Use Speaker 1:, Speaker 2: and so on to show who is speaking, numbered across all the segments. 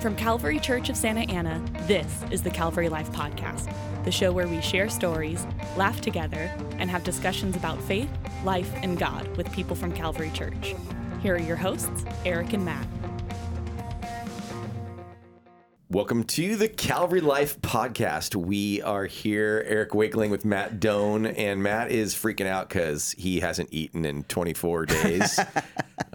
Speaker 1: From Calvary Church of Santa Ana, this is the Calvary Life Podcast, the show where we share stories, laugh together, and have discussions about faith, life, and God with people from Calvary Church. Here are your hosts, Eric and Matt.
Speaker 2: Welcome to the Calvary Life Podcast. We are here, Eric Wakeling with Matt Doan, and Matt is freaking out because he hasn't eaten in 24 days.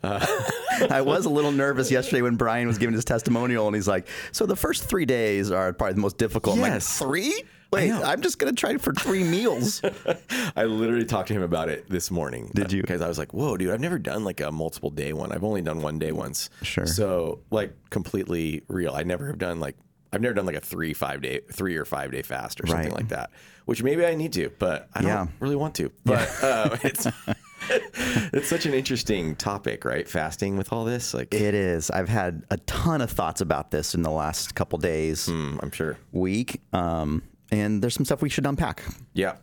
Speaker 3: I was a little nervous yesterday when Brian was giving his testimonial, and he's like, "So the first three days are probably the most difficult." I'm like,
Speaker 2: Yes.
Speaker 3: three? Wait,
Speaker 2: know.
Speaker 3: I'm just gonna try for three meals.
Speaker 2: I literally talked to him about it this morning.
Speaker 3: Did you?
Speaker 2: Because I was like, whoa, dude, I've never done like a multiple day one. I've only done one day once.
Speaker 3: Sure.
Speaker 2: So, like, completely real. I never have done like, I've never done like a three, five day, three or five day fast or something
Speaker 3: Right.
Speaker 2: like that, which maybe I need to, but I don't
Speaker 3: Yeah.
Speaker 2: really want to. But uh, it's. it's such an interesting topic, right? Fasting with all this, like
Speaker 3: it is. I've had a ton of thoughts about this in the last couple days,
Speaker 2: Mm, I'm sure.
Speaker 3: week, um, and there's some stuff we should unpack.
Speaker 2: Yeah.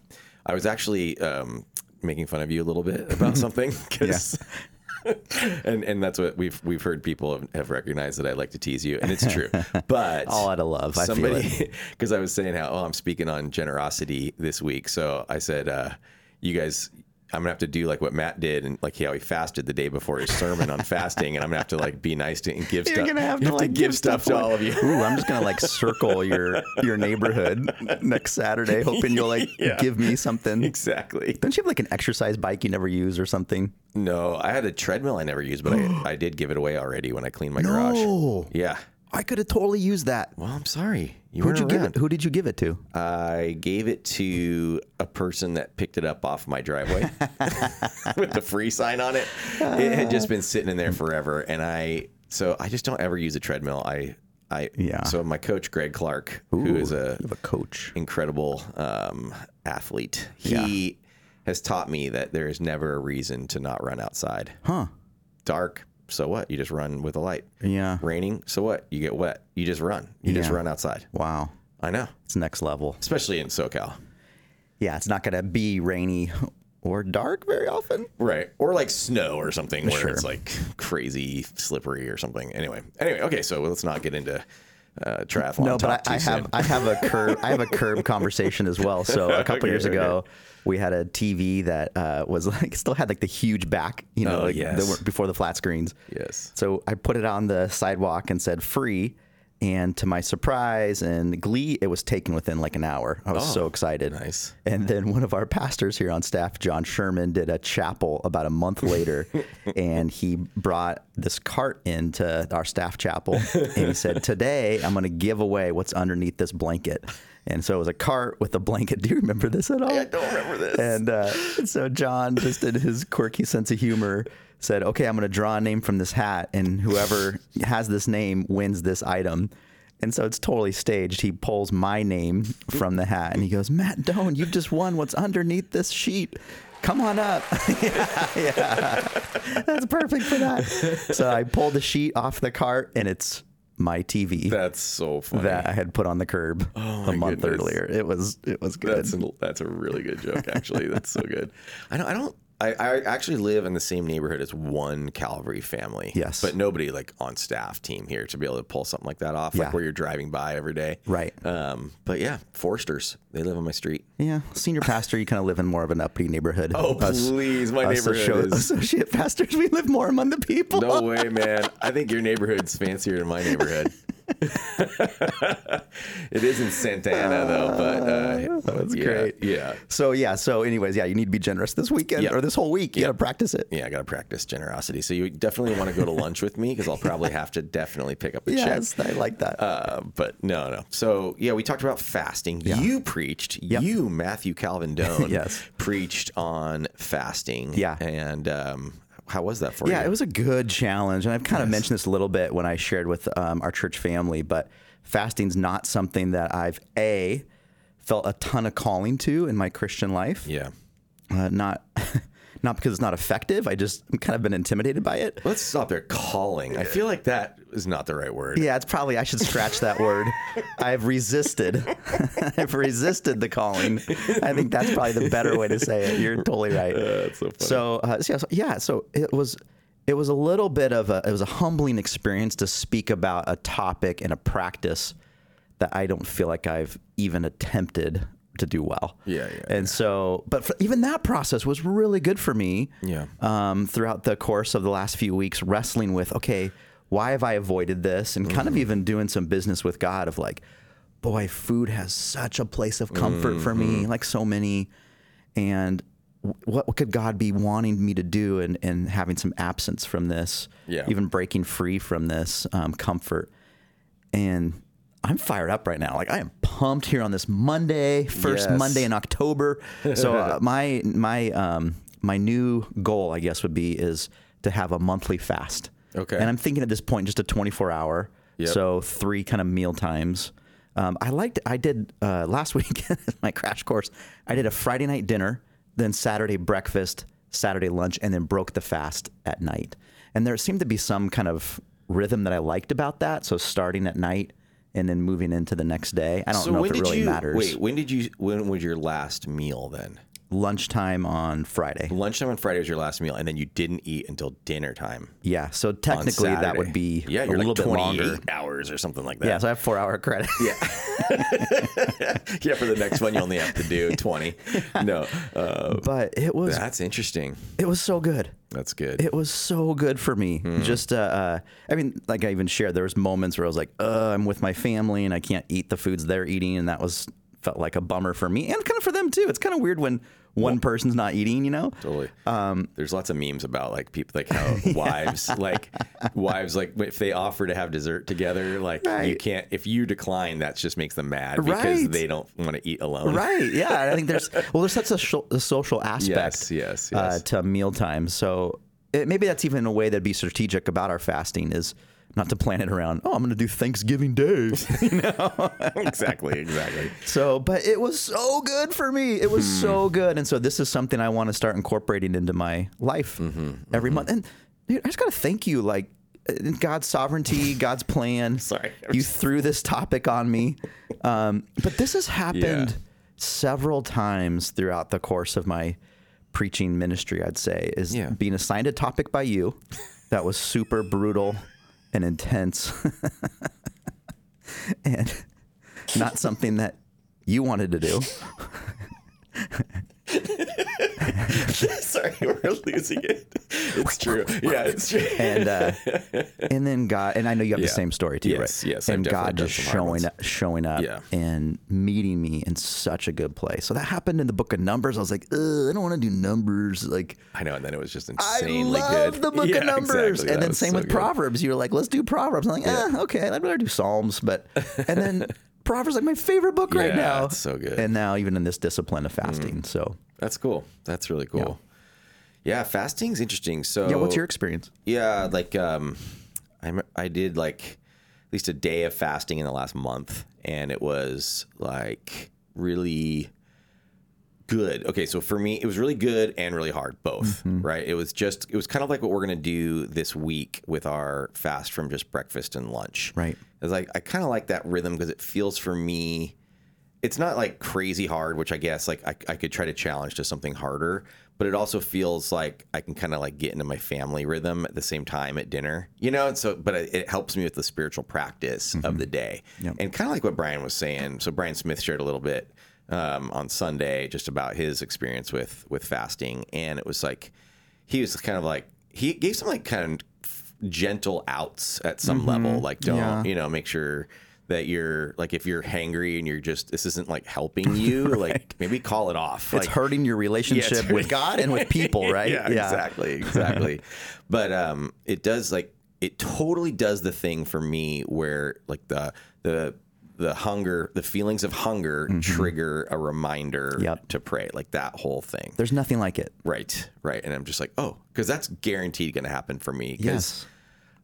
Speaker 2: I was actually um, making fun of you a little bit about something 'cause- and and that's what we've we've heard people have, have recognized that I like to tease you, and it's true. But
Speaker 3: All out of love, I feel
Speaker 2: somebody, because I was saying how oh I'm speaking on generosity this week, so I said uh, you guys. I'm gonna have to do like what Matt did and like how he fasted the day before his sermon on fasting, and I'm gonna have to like be nice to and give stuff. you have to give stuff to all of you.
Speaker 3: Ooh, I'm just gonna like circle your your neighborhood next Saturday, hoping you'll like
Speaker 2: Yeah.
Speaker 3: give me something.
Speaker 2: Exactly.
Speaker 3: Don't you have like an exercise bike you never use or something?
Speaker 2: No, I had a treadmill I never used, but I, I did give it away already when I cleaned my
Speaker 3: No.
Speaker 2: garage. Yeah.
Speaker 3: I could have totally used that.
Speaker 2: Well, I'm sorry. You weren't
Speaker 3: Who'd you give
Speaker 2: around.
Speaker 3: it? Who did you give it to?
Speaker 2: I gave it to a person that picked it up off my driveway with the free sign on it. It had just been sitting in there forever, and I so I just don't ever use a treadmill. I I
Speaker 3: Yeah.
Speaker 2: So my coach Greg Clark, who is a
Speaker 3: of a coach.
Speaker 2: incredible um, athlete, he has taught me that there is never a reason to not run outside.
Speaker 3: Huh.
Speaker 2: dark, so what? You just run with a light.
Speaker 3: Yeah.
Speaker 2: Raining, so what? You get wet. You just run. You just
Speaker 3: Yeah.
Speaker 2: run outside.
Speaker 3: Wow.
Speaker 2: I know,
Speaker 3: It's next level.
Speaker 2: especially in SoCal.
Speaker 3: Yeah, it's not going to be rainy or dark very often.
Speaker 2: Right. Or like snow or something where
Speaker 3: Sure.
Speaker 2: it's like crazy slippery or something. Anyway. Anyway, okay, so let's not get into uh, triathlon.
Speaker 3: No,
Speaker 2: talk
Speaker 3: but I,
Speaker 2: too
Speaker 3: I
Speaker 2: soon.
Speaker 3: have I have a curb I have a curb conversation as well. So a couple
Speaker 2: Okay,
Speaker 3: years
Speaker 2: okay.
Speaker 3: ago, we had a TV that uh, was like still had like the huge back, you know,
Speaker 2: Oh,
Speaker 3: like
Speaker 2: yes.
Speaker 3: they weren't before the flat screens.
Speaker 2: Yes.
Speaker 3: So I put it on the sidewalk and said free, and to my surprise and glee, it was taken within like an hour. I was so excited.
Speaker 2: Oh, nice.
Speaker 3: And then one of our pastors here on staff, John Sherman, did a chapel about a month later, and he brought this cart into our staff chapel, and he said, "Today I'm going to give away what's underneath this blanket." And so it was a cart with a blanket. Do you remember this at all?
Speaker 2: I don't remember this.
Speaker 3: And uh, so John, just in his quirky sense of humor, said, "Okay, I'm going to draw a name from this hat, and whoever has this name wins this item." And so it's totally staged. He pulls my name from the hat, and he goes, "Matt Doan, you've just won. What's underneath this sheet?" Come on up. yeah, yeah. That's perfect for that. So I pulled the sheet off the cart and it's my TV
Speaker 2: That's so funny. Oh
Speaker 3: that I had put on the curb a
Speaker 2: my
Speaker 3: month
Speaker 2: goodness.
Speaker 3: earlier. It was it was good.
Speaker 2: That's a, that's a really good joke, actually. That's so good. I don't. I don't. I, I actually live in the same neighborhood as one Calvary family.
Speaker 3: Yes.
Speaker 2: but nobody like on staff team here to be able to pull something like that off,
Speaker 3: Yeah.
Speaker 2: like where you're driving by every day.
Speaker 3: Right.
Speaker 2: Um. But yeah, Forsters. They live on my street.
Speaker 3: Yeah, senior pastor, you kind of live in more of an uppity neighborhood.
Speaker 2: Oh please, my
Speaker 3: us
Speaker 2: neighborhood
Speaker 3: associ-
Speaker 2: is.
Speaker 3: associate pastors, we live more among the people.
Speaker 2: No way, man. I think your neighborhood's fancier than my neighborhood. it is in Santa Ana though, but uh,
Speaker 3: that's
Speaker 2: yeah,
Speaker 3: great.
Speaker 2: Yeah,
Speaker 3: So yeah, so anyways, yeah, you need to be generous this weekend
Speaker 2: Yeah.
Speaker 3: or this whole week. You got to practice it.
Speaker 2: Yeah, I gotta practice generosity. So you definitely want to go to lunch with me because I'll probably have to definitely pick up the
Speaker 3: Yes,
Speaker 2: check.
Speaker 3: I like that.
Speaker 2: Uh, but no, no. So yeah, we talked about fasting. You preached. You, Matthew Calvin Doan,
Speaker 3: Yes.
Speaker 2: preached on fasting.
Speaker 3: Yeah.
Speaker 2: and um, how was that for you?
Speaker 3: Yeah, it was a good challenge, and I've kind of mentioned this a little bit when I shared with um, our church family. But fasting's not something that I've a felt a ton of calling to in my Christian life.
Speaker 2: Yeah.
Speaker 3: Uh, not not because it's not effective. I just I'm kind of been intimidated by it.
Speaker 2: Let's stop there. Calling. I feel like that is not the right word.
Speaker 3: Yeah, it's probably I should scratch that word. I've resisted. I've resisted the calling. I think that's probably the better way to say it. You're totally right.
Speaker 2: Uh, that's so funny.
Speaker 3: so, uh, so yeah, so yeah, so it was. It it was a little bit of a it was a humbling experience to speak about a topic and a practice that I don't feel like I've even attempted to do well.
Speaker 2: Yeah, yeah,
Speaker 3: And so, but for, even that process was really good for me.
Speaker 2: Yeah.
Speaker 3: Um, throughout the course of the last few weeks, wrestling with okay, why have I avoided this, and kind of
Speaker 2: Mm-hmm.
Speaker 3: even doing some business with God of like, boy, food has such a place of comfort for
Speaker 2: Mm-hmm.
Speaker 3: me, like so many, and w- what could God be wanting me to do, and and having some absence from this,
Speaker 2: Yeah.
Speaker 3: even breaking free from this um, comfort and I'm fired up right now. Like I am pumped here on this Monday, first
Speaker 2: Yes.
Speaker 3: Monday in October. So uh, my my um my new goal, I guess, would be is to have a monthly fast.
Speaker 2: Okay.
Speaker 3: And I'm thinking at this point just a 24 hour.
Speaker 2: Yep.
Speaker 3: So three kind of meal times. Um, I liked. I did uh, last week my crash course. I did a Friday night dinner, then Saturday breakfast, Saturday lunch, and then broke the fast at night. And there seemed to be some kind of rhythm that I liked about that. So starting at night and then moving into the next day. I don't know if it really
Speaker 2: you
Speaker 3: matters.
Speaker 2: wait? When did you? When was your last meal then?
Speaker 3: Lunchtime on Friday.
Speaker 2: Lunchtime on Friday was your last meal, and then you didn't eat until dinner time.
Speaker 3: Yeah. So
Speaker 2: on
Speaker 3: technically that would
Speaker 2: Saturday.
Speaker 3: be
Speaker 2: yeah,
Speaker 3: a
Speaker 2: you're
Speaker 3: little
Speaker 2: like
Speaker 3: bit
Speaker 2: 28
Speaker 3: longer.
Speaker 2: hours or something like that.
Speaker 3: Yeah. So I have four hour credit.
Speaker 2: yeah, for the next one you only have to do 20. No, uh,
Speaker 3: but it was
Speaker 2: that's interesting.
Speaker 3: it was so good.
Speaker 2: That's good.
Speaker 3: It was so good for me.
Speaker 2: Hmm.
Speaker 3: Just, uh, uh, I mean, like I even shared, there was moments where I was like, uh, I'm with my family and I can't eat the foods they're eating, and that was felt like a bummer for me and kind of for them too. It's kind of weird when one person's not eating, you know.
Speaker 2: Totally.
Speaker 3: um,
Speaker 2: There's lots of memes about like people like how wives like wives like if they offer to have dessert together, like you
Speaker 3: Right.
Speaker 2: can't if you decline, that just makes them mad because
Speaker 3: Right.
Speaker 2: they don't want to eat alone.
Speaker 3: Right? Yeah, I think there's well, there's such a, sho- a social aspect,
Speaker 2: Yes, yes,
Speaker 3: Uh,
Speaker 2: yes.
Speaker 3: to mealtime. So it, maybe that's even a way that'd be strategic about our fasting is not to plan it around. Oh, I'm going to do Thanksgiving Day.
Speaker 2: exactly, exactly.
Speaker 3: So, but it was so good for me. It
Speaker 2: Hmm.
Speaker 3: was so good. And so this is something I want to start incorporating into my life
Speaker 2: Mm-hmm,
Speaker 3: every month. And dude, I just got to thank you. Like in God's sovereignty, God's plan.
Speaker 2: Sorry.
Speaker 3: You threw this topic on me. Um, but this has happened
Speaker 2: Yeah.
Speaker 3: several times throughout the course of my preaching ministry, I'd say, is
Speaker 2: Yeah.
Speaker 3: being assigned a topic by you that was super brutal and intense and not something that you wanted to do.
Speaker 2: Sorry, we're losing it. It's true. Yeah, it's true.
Speaker 3: and uh, and then God and I know you have
Speaker 2: Yeah.
Speaker 3: the same story too,
Speaker 2: Yes,
Speaker 3: right?
Speaker 2: yes, I've
Speaker 3: and God
Speaker 2: definitely
Speaker 3: just
Speaker 2: done some hard ones.
Speaker 3: showing up, showing up,
Speaker 2: Yeah.
Speaker 3: and meeting me in such a good place. So that happened in the Book of Numbers. I was like, Ugh, I don't want to do numbers. Like
Speaker 2: I know, and then it was just
Speaker 3: I
Speaker 2: insanely
Speaker 3: love
Speaker 2: good.
Speaker 3: the Book
Speaker 2: Yeah,
Speaker 3: of Numbers,
Speaker 2: exactly. That
Speaker 3: and then
Speaker 2: was
Speaker 3: same
Speaker 2: so
Speaker 3: with
Speaker 2: good.
Speaker 3: Proverbs. You're like, let's do Proverbs. I'm like, eh, okay, I'd rather do Psalms, but and then Proverbs like my favorite book right
Speaker 2: Yeah,
Speaker 3: now.
Speaker 2: it's so good. Mm.
Speaker 3: And now even in this discipline of fasting, so
Speaker 2: That's cool. That's really cool. Yeah, fasting's interesting. So
Speaker 3: yeah, what's your experience?
Speaker 2: Yeah, like um, I I did like at least a day of fasting in the last month, and it was like really good. Okay, so for me, it was really good and really hard, both.
Speaker 3: Mm-hmm.
Speaker 2: Right? It was just it was kind of like what we're gonna do this week with our fast from just breakfast and lunch.
Speaker 3: Right.
Speaker 2: It's like I kind of like that rhythm because it feels for me it's not like crazy hard, which I guess like I, I could try to challenge to something harder, but it also feels like I can kind of like get into my family rhythm at the same time at dinner, you know? And so, but it, it helps me with the spiritual practice of the day. And kind of like what Brian was saying. So Brian Smith shared a little bit um, on Sunday just about his experience with, with fasting. And it was like, he was kind of like, he gave some like kind of gentle outs at some level, like don't,
Speaker 3: Yeah.
Speaker 2: you know, make sure that you're like if you're hangry and you're just this isn't like helping you, like maybe call it off.
Speaker 3: It's
Speaker 2: like,
Speaker 3: hurting your relationship with
Speaker 2: hurting-
Speaker 3: God and with people, right?
Speaker 2: yeah, exactly, exactly. but um, it does like it totally does the thing for me where like the the the hunger, the feelings of hunger trigger a reminder
Speaker 3: Mm-hmm. Yep.
Speaker 2: to pray, like that whole thing.
Speaker 3: There's nothing like it.
Speaker 2: Right, right. And I'm just like, oh, because that's guaranteed going to happen for me. 'Cause
Speaker 3: Yes.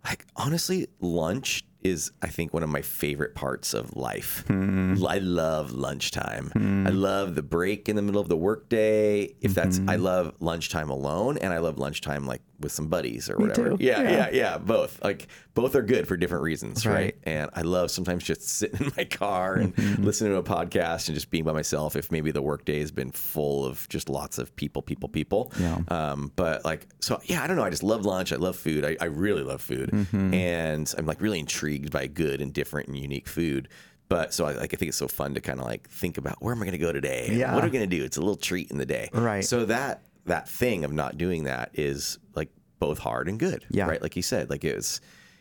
Speaker 2: like honestly, lunch is I think one of my favorite parts of life.
Speaker 3: Hmm.
Speaker 2: I love lunchtime. I love
Speaker 3: Hmm.
Speaker 2: the break in the middle of the workday. If that's I love lunchtime alone and I love lunchtime like with some buddies or
Speaker 3: Me
Speaker 2: whatever.
Speaker 3: too.
Speaker 2: Yeah, yeah,
Speaker 3: Yeah.
Speaker 2: yeah, Both like both are good for different reasons, right?
Speaker 3: Right. Mm-hmm.
Speaker 2: And I love sometimes just sitting in my car and listening to a podcast and just being by myself. If maybe the workday has been full of just lots of people, people, people.
Speaker 3: Yeah.
Speaker 2: Um, but like, so yeah, I don't know. I just love lunch. I love food. I, I really love food,
Speaker 3: Mm-hmm.
Speaker 2: and I'm like really intrigued by good and different and unique food. But so I like I think it's so fun to kind of like think about where am I going to go today? And
Speaker 3: Yeah.
Speaker 2: What are we going to do? It's a little treat in the day.
Speaker 3: Right.
Speaker 2: So that that thing of not doing that is like both hard and good.
Speaker 3: Yeah.
Speaker 2: Right. Like you said, like it's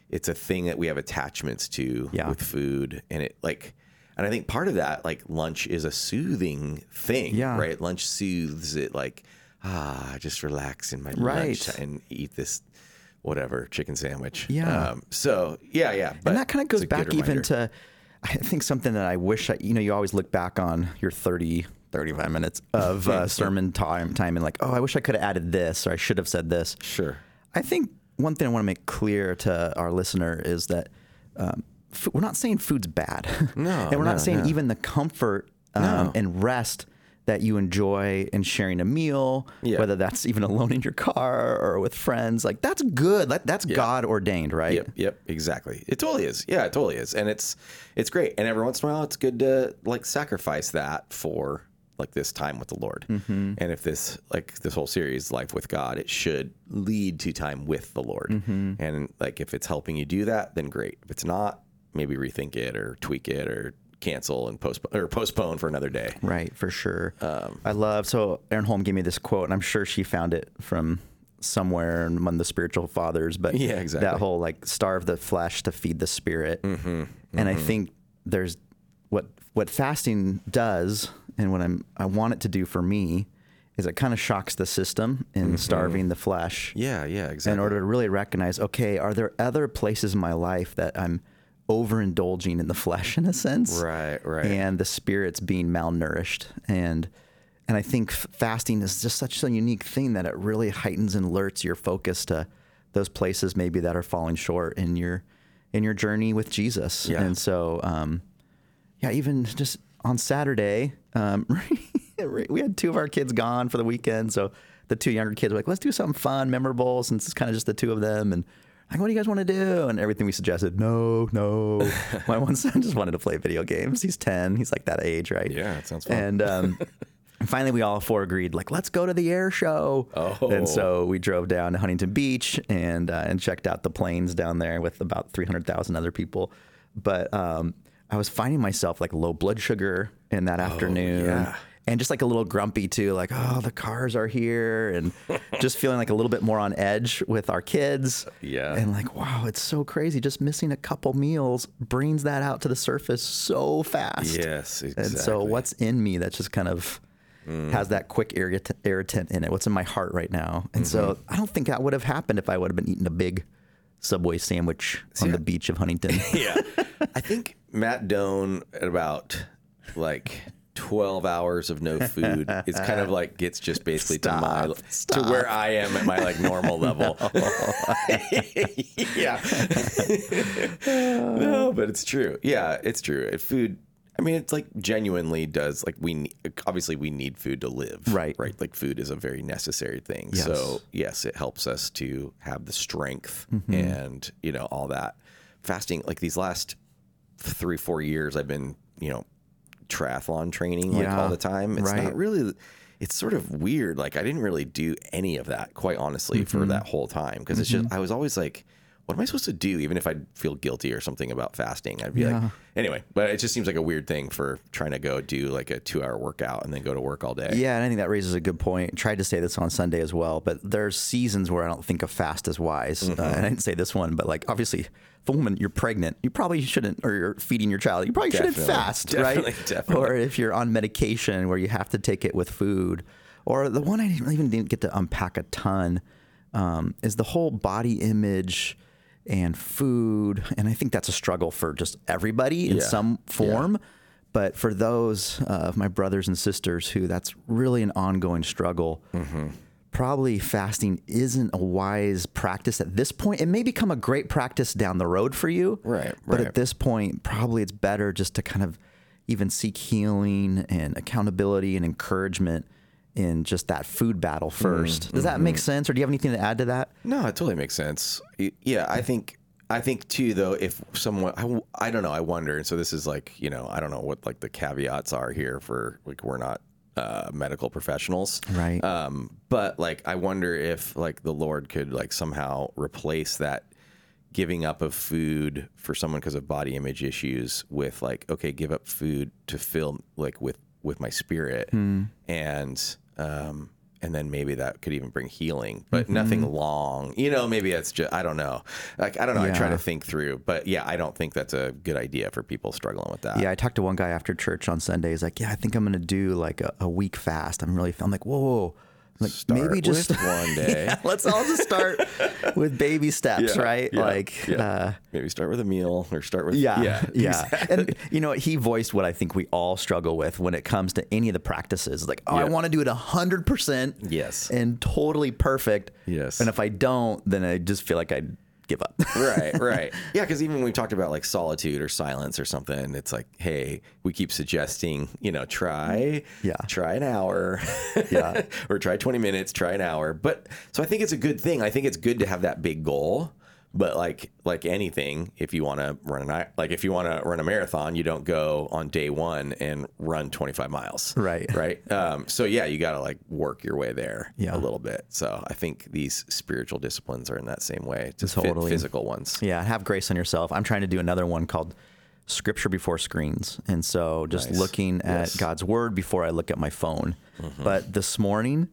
Speaker 2: it's a thing that we have attachments to
Speaker 3: Yeah.
Speaker 2: with food, and it like. And I think part of that, like lunch, is a soothing thing,
Speaker 3: Yeah.
Speaker 2: right? Lunch soothes it, like ah, just relax in my
Speaker 3: Right.
Speaker 2: lunch and eat this whatever chicken sandwich. Um,
Speaker 3: Yeah.
Speaker 2: so yeah, yeah, but
Speaker 3: and that kind of goes
Speaker 2: it's a good
Speaker 3: back even
Speaker 2: reminder.
Speaker 3: to i think something that i wish I, you know you always look back on your 30 35 minutes of uh, sermon time time and like oh i wish i could have added this or i should have said this
Speaker 2: sure.
Speaker 3: i think one thing i want to make clear to our listener is that um, fo- we're not saying food's bad no and we're
Speaker 2: no,
Speaker 3: not saying
Speaker 2: no.
Speaker 3: even the comfort um, and rest that you enjoy in sharing a meal,
Speaker 2: Yeah.
Speaker 3: whether that's even alone in your car or with friends, like that's good. That, that's God ordained, right?
Speaker 2: Yep, yep, exactly. It totally is. Yeah, it totally is, and it's it's great. And every once in a while, it's good to like sacrifice that for like this time with the Lord. And if this like this whole series, life with God, it should lead to time with the Lord. And like if it's helping you do that, then great. If it's not, maybe rethink it or tweak it or cancel and postpone or postpone for another day.
Speaker 3: Right, for sure.
Speaker 2: Um,
Speaker 3: I love so Aaron Holm gave me this quote, and I'm sure she found it from somewhere among the spiritual fathers. But
Speaker 2: Yeah, exactly. Mm-hmm,
Speaker 3: That whole like starve the flesh to feed the spirit, and I think there's what what fasting does, and what I'm I want it to do for me is it kind of shocks the system in starving the flesh
Speaker 2: Mm-hmm. Yeah, yeah, exactly.
Speaker 3: in order to really recognize okay are there other places in my life that i'm overindulging in the flesh in a sense
Speaker 2: Right, right.
Speaker 3: and the spirit's being malnourished and and i think f- fasting is just such a unique thing that it really heightens and alerts your focus to those places maybe that are falling short in your in your journey with jesus
Speaker 2: Yeah.
Speaker 3: and so um yeah, even just on Saturday, um, we had two of our kids gone for the weekend. So the two younger kids were like, let's do something fun, memorable, since it's kind of just the two of them. And like, what do you guys want to do? And everything we suggested, no, no. My one son just wanted to play video games. He's 10. He's like that age, right?
Speaker 2: Yeah, that sounds fun.
Speaker 3: And um, finally, we all four agreed, like, let's go to the air show.
Speaker 2: Oh.
Speaker 3: And so we drove down to Huntington Beach and uh, and checked out the planes down there with about 300,000 other people. But um, I was finding myself like low blood sugar in that afternoon.
Speaker 2: Oh, yeah.
Speaker 3: And just like a little grumpy too, like, oh, the cars are here. And just feeling like a little bit more on edge with our kids.
Speaker 2: Yeah.
Speaker 3: And like, wow, it's so crazy. Just missing a couple meals brings that out to the surface so fast.
Speaker 2: yes, exactly.
Speaker 3: And so, what's in me that just kind of has that quick irritant, irritant in it? What's in my heart right now? And so, I don't think that would have happened if I would have been eating a big Subway sandwich on the beach of Huntington.
Speaker 2: yeah. I think Matt Doan at about like 12 hours of no food it's kind of like gets just basically
Speaker 3: Stop.
Speaker 2: to my to where I am at my like normal level. yeah. no, but it's true. Yeah, it's true. It, food I mean, it's like genuinely does like we ne- obviously we need food to live,
Speaker 3: Right.
Speaker 2: Right, like food is a very necessary thing. So yes, it helps us to have the strength
Speaker 3: Mm-hmm.
Speaker 2: and you know all that. Fasting, like these last three four years i've been you know triathlon training like
Speaker 3: Yeah,
Speaker 2: all the time it's not
Speaker 3: right.
Speaker 2: really it's sort of weird like i didn't really do any of that quite honestly for
Speaker 3: Mm-hmm.
Speaker 2: that whole time because it's just i was always like what am i supposed to do even if i feel guilty or something about fasting i'd be like anyway but it just seems like a weird thing for trying to go do like a two hour workout and then go to work all day
Speaker 3: Yeah, and I think that raises a good point. Tried to say this on Sunday as well, but there's seasons where I don't think a fast is wise.
Speaker 2: Mm-hmm.
Speaker 3: Uh, and I didn't say this one, but like obviously, if a woman you're pregnant, you probably shouldn't, or you're feeding your child, you probably shouldn't
Speaker 2: Definitely.
Speaker 3: fast,
Speaker 2: Definitely,
Speaker 3: right?
Speaker 2: definitely.
Speaker 3: Or if you're on medication where you have to take it with food, or the one I didn't even didn't get to unpack a ton um, is the whole body image and food, and I think that's a struggle for just everybody in
Speaker 2: Yeah.
Speaker 3: some form. But for those uh, of my brothers and sisters who that's really an ongoing struggle,
Speaker 2: Mm-hmm.
Speaker 3: probably fasting isn't a wise practice at this point. It may become a great practice down the road for you.
Speaker 2: Right,
Speaker 3: But
Speaker 2: right.
Speaker 3: at this point, probably it's better just to kind of even seek healing and accountability and encouragement in just that food battle
Speaker 2: Mm,
Speaker 3: 1st Does that
Speaker 2: mm-hmm.
Speaker 3: make sense, or do you have anything to add to that?
Speaker 2: No, it totally makes sense. Y- Yeah, I think I think too though if someone I, w- I don't know I wonder and so this is like you know I don't know what like the caveats are here for like we're not uh, medical professionals
Speaker 3: Right.
Speaker 2: um, but like I wonder if like the Lord could like somehow replace that giving up of food for someone because of body image issues with like okay give up food to fill like with with my spirit
Speaker 3: Hmm.
Speaker 2: and um and then maybe that could even bring healing but
Speaker 3: Mm-hmm.
Speaker 2: nothing long you know maybe that's just i don't know like i don't know i try
Speaker 3: Yeah.
Speaker 2: to think through but yeah i don't think that's a good idea for people struggling with that
Speaker 3: Yeah, I talked to one guy after church on Sunday. He's like, "Yeah, I think I'm gonna do like a, a week fast. I'm really." I'm like, "Whoa, whoa, whoa." I'm like
Speaker 2: Start
Speaker 3: maybe just
Speaker 2: with one day
Speaker 3: Yeah, let's all just start with baby steps,
Speaker 2: Yeah,
Speaker 3: right?
Speaker 2: yeah,
Speaker 3: like,
Speaker 2: yeah.
Speaker 3: Uh,
Speaker 2: maybe start with a meal or start with
Speaker 3: yeah,
Speaker 2: yeah
Speaker 3: yeah. And you know what? He voiced what I think we all struggle with when it comes to any of the practices. Like, oh, I
Speaker 2: Yeah.
Speaker 3: want to do it hundred percent,
Speaker 2: Yes.
Speaker 3: and totally perfect,
Speaker 2: Yes.
Speaker 3: And if I don't, then I just feel like I give up.
Speaker 2: right, right. Yeah, because even when we talked about like solitude or silence or something, it's like, hey, we keep suggesting, you know, try,
Speaker 3: Yeah.
Speaker 2: try an hour,
Speaker 3: Yeah.
Speaker 2: or try twenty minutes, try an hour. But so I think it's a good thing. I think it's good to have that big goal. But like like anything, if you want to run an i- like if you want to run a marathon, you don't go on day one and run twenty five miles,
Speaker 3: Right.
Speaker 2: Right. Um, so yeah, you got to like work your way there
Speaker 3: Yeah.
Speaker 2: a little bit. So I think these spiritual disciplines are in that same way, just fit
Speaker 3: Totally.
Speaker 2: physical ones.
Speaker 3: Yeah, have grace on yourself. I'm trying to do another one called Scripture Before Screens. And so just
Speaker 2: Nice.
Speaker 3: looking at
Speaker 2: Yes. Mm-hmm.
Speaker 3: God's Word before I look at my phone. But this morning,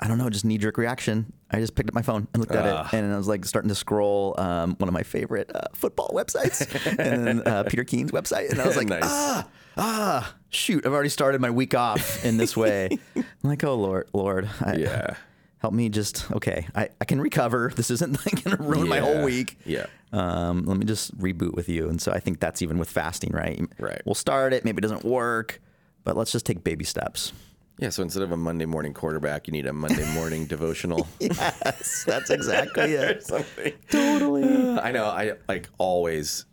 Speaker 3: I don't know, just knee jerk reaction. I just picked up my phone and looked at
Speaker 2: Ah.
Speaker 3: it. And I was like starting to scroll um, one of my favorite uh, football websites and then uh, Peter Keen's website. And I was like,
Speaker 2: Nice.
Speaker 3: ah, ah, shoot, I've already started my week off in this way. I'm like, oh, Lord, Lord. I,
Speaker 2: Yeah.
Speaker 3: Help me just okay. I, I can recover. This isn't going to ruin my whole
Speaker 2: Yeah.
Speaker 3: week
Speaker 2: Yeah.
Speaker 3: um, let me just reboot with you. And so I think that's even with fasting, right?
Speaker 2: Right.
Speaker 3: We'll start it. Maybe it doesn't work, but let's just take baby steps.
Speaker 2: Yeah. So instead of a Monday morning quarterback, you need a Monday morning devotional.
Speaker 3: Yes, that's exactly it.
Speaker 2: Something.
Speaker 3: Totally.
Speaker 2: I know. I like always.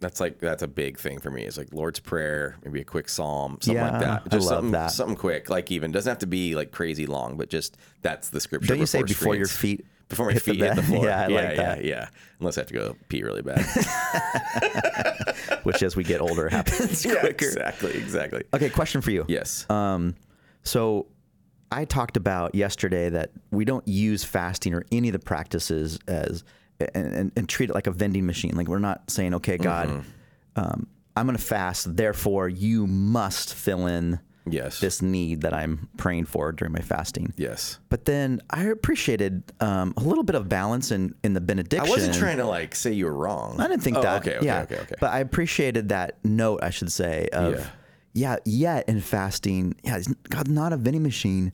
Speaker 2: That's like that's a big thing for me. It's like Lord's Prayer, maybe a quick psalm, something
Speaker 3: Yeah,
Speaker 2: like
Speaker 3: I
Speaker 2: that. Just
Speaker 3: love
Speaker 2: something,
Speaker 3: that.
Speaker 2: something quick, like even doesn't have to be like crazy long, but just that's the scripture.
Speaker 3: Don't you say before
Speaker 2: screens.
Speaker 3: your feet
Speaker 2: Before my
Speaker 3: hit the
Speaker 2: feet hit the
Speaker 3: bed?
Speaker 2: floor.
Speaker 3: Yeah, I
Speaker 2: yeah,
Speaker 3: like that.
Speaker 2: yeah, yeah. Unless I have to go pee really bad.
Speaker 3: Which as we get older happens
Speaker 2: Yeah,
Speaker 3: quicker. Uh,
Speaker 2: exactly, exactly.
Speaker 3: Okay, question for you.
Speaker 2: Yes.
Speaker 3: So I talked about yesterday that we don't use fasting or any of the practices as and, and, and treat it like a vending machine. Like we're not saying, okay, God,
Speaker 2: Mm-hmm.
Speaker 3: um, I'm going to fast, therefore you must fill in
Speaker 2: yes.
Speaker 3: this need that I'm praying for during my fasting.
Speaker 2: yes.
Speaker 3: But then I appreciated um, a little bit of balance in, in the benediction.
Speaker 2: I wasn't trying to like say you were wrong.
Speaker 3: I didn't think
Speaker 2: Oh,
Speaker 3: that.
Speaker 2: Okay. Okay.
Speaker 3: yeah.
Speaker 2: Okay. Okay.
Speaker 3: But I appreciated that note, I should say,
Speaker 2: Yeah.
Speaker 3: of yeah, yet in fasting, yeah, it's- God's not a vending machine,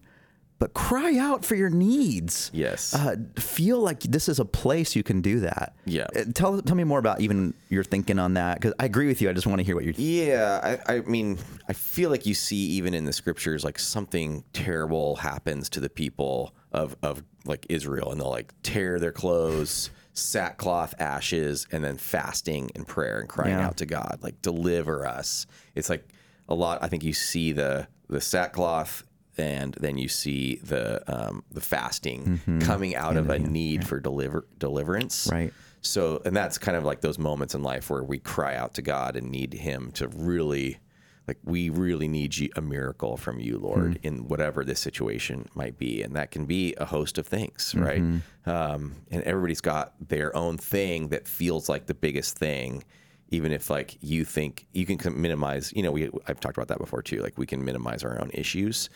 Speaker 3: but cry out for your needs.
Speaker 2: Yes.
Speaker 3: Uh, feel like this is a place you can do that.
Speaker 2: Yeah.
Speaker 3: Uh, Tell tell me more about even your thinking on that because I agree with you. I just want to hear what you're.
Speaker 2: Yeah, I, I mean, I feel like you see even in the scriptures, like something terrible happens to the people of of like Israel, and they'll like tear their clothes, sackcloth, ashes, and then fasting and prayer and crying
Speaker 3: Yeah.
Speaker 2: out to God, like deliver us. It's like a lot. I think you see the the sackcloth. And then you see the um, the fasting
Speaker 3: Mm-hmm.
Speaker 2: coming out of a need for deliver deliverance,
Speaker 3: Right.
Speaker 2: so, and that's kind of like those moments in life where we cry out to God and need Him to really, like, we really need you, a miracle from you, Lord, in whatever this situation might be. And that can be a host of things, right? Um, and everybody's got their own thing that feels like the biggest thing. Even if like you think you can com- minimize, you know, we I've talked about that before too. Like we can minimize our own issues,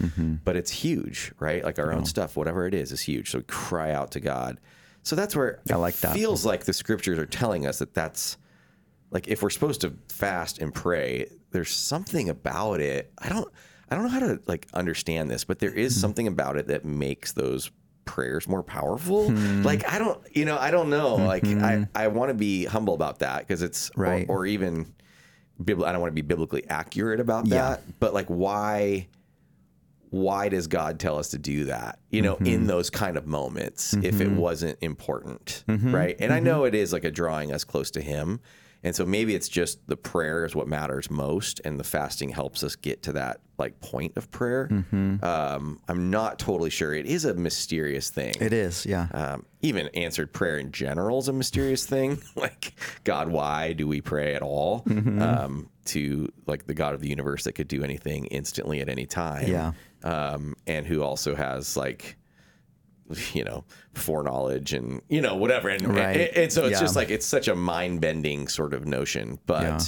Speaker 2: but it's huge, right? Like our own stuff, whatever it is, is huge. So cry out to God. So that's where
Speaker 3: I like that.
Speaker 2: Feels like the scriptures are telling us that that's like if we're supposed to fast and pray, there's something about it. I don't I don't know how to like understand this, but there
Speaker 3: Mm-hmm.
Speaker 2: is something about it that makes those prayers more powerful.
Speaker 3: Hmm.
Speaker 2: Like I don't you know, I don't know. Like I I want to be humble about that because it's or-
Speaker 3: Mm-hmm. Right.
Speaker 2: or, even bibl- I don't want to be biblically accurate about
Speaker 3: Yeah.
Speaker 2: that, but like why why does God tell us to do that? You know, in those kind of moments, if it wasn't important, right? And I know it is like a drawing us close to Him, And so maybe it's just the prayer is what matters most, and the fasting helps us get to that like point of prayer. Um, I'm not totally sure. It is a mysterious thing.
Speaker 3: It is, yeah.
Speaker 2: Um, even answered prayer in general is a mysterious thing. like, God, why do we pray at all?
Speaker 3: Mm-hmm.
Speaker 2: Um, to like the God of the universe that could do anything instantly at any time.
Speaker 3: Yeah.
Speaker 2: Um, and who also has like, you know, foreknowledge and, you know, whatever. And, and-
Speaker 3: Right.
Speaker 2: and, so it's
Speaker 3: Yeah.
Speaker 2: just like, it's such a mind bending sort of notion. But,
Speaker 3: Yeah.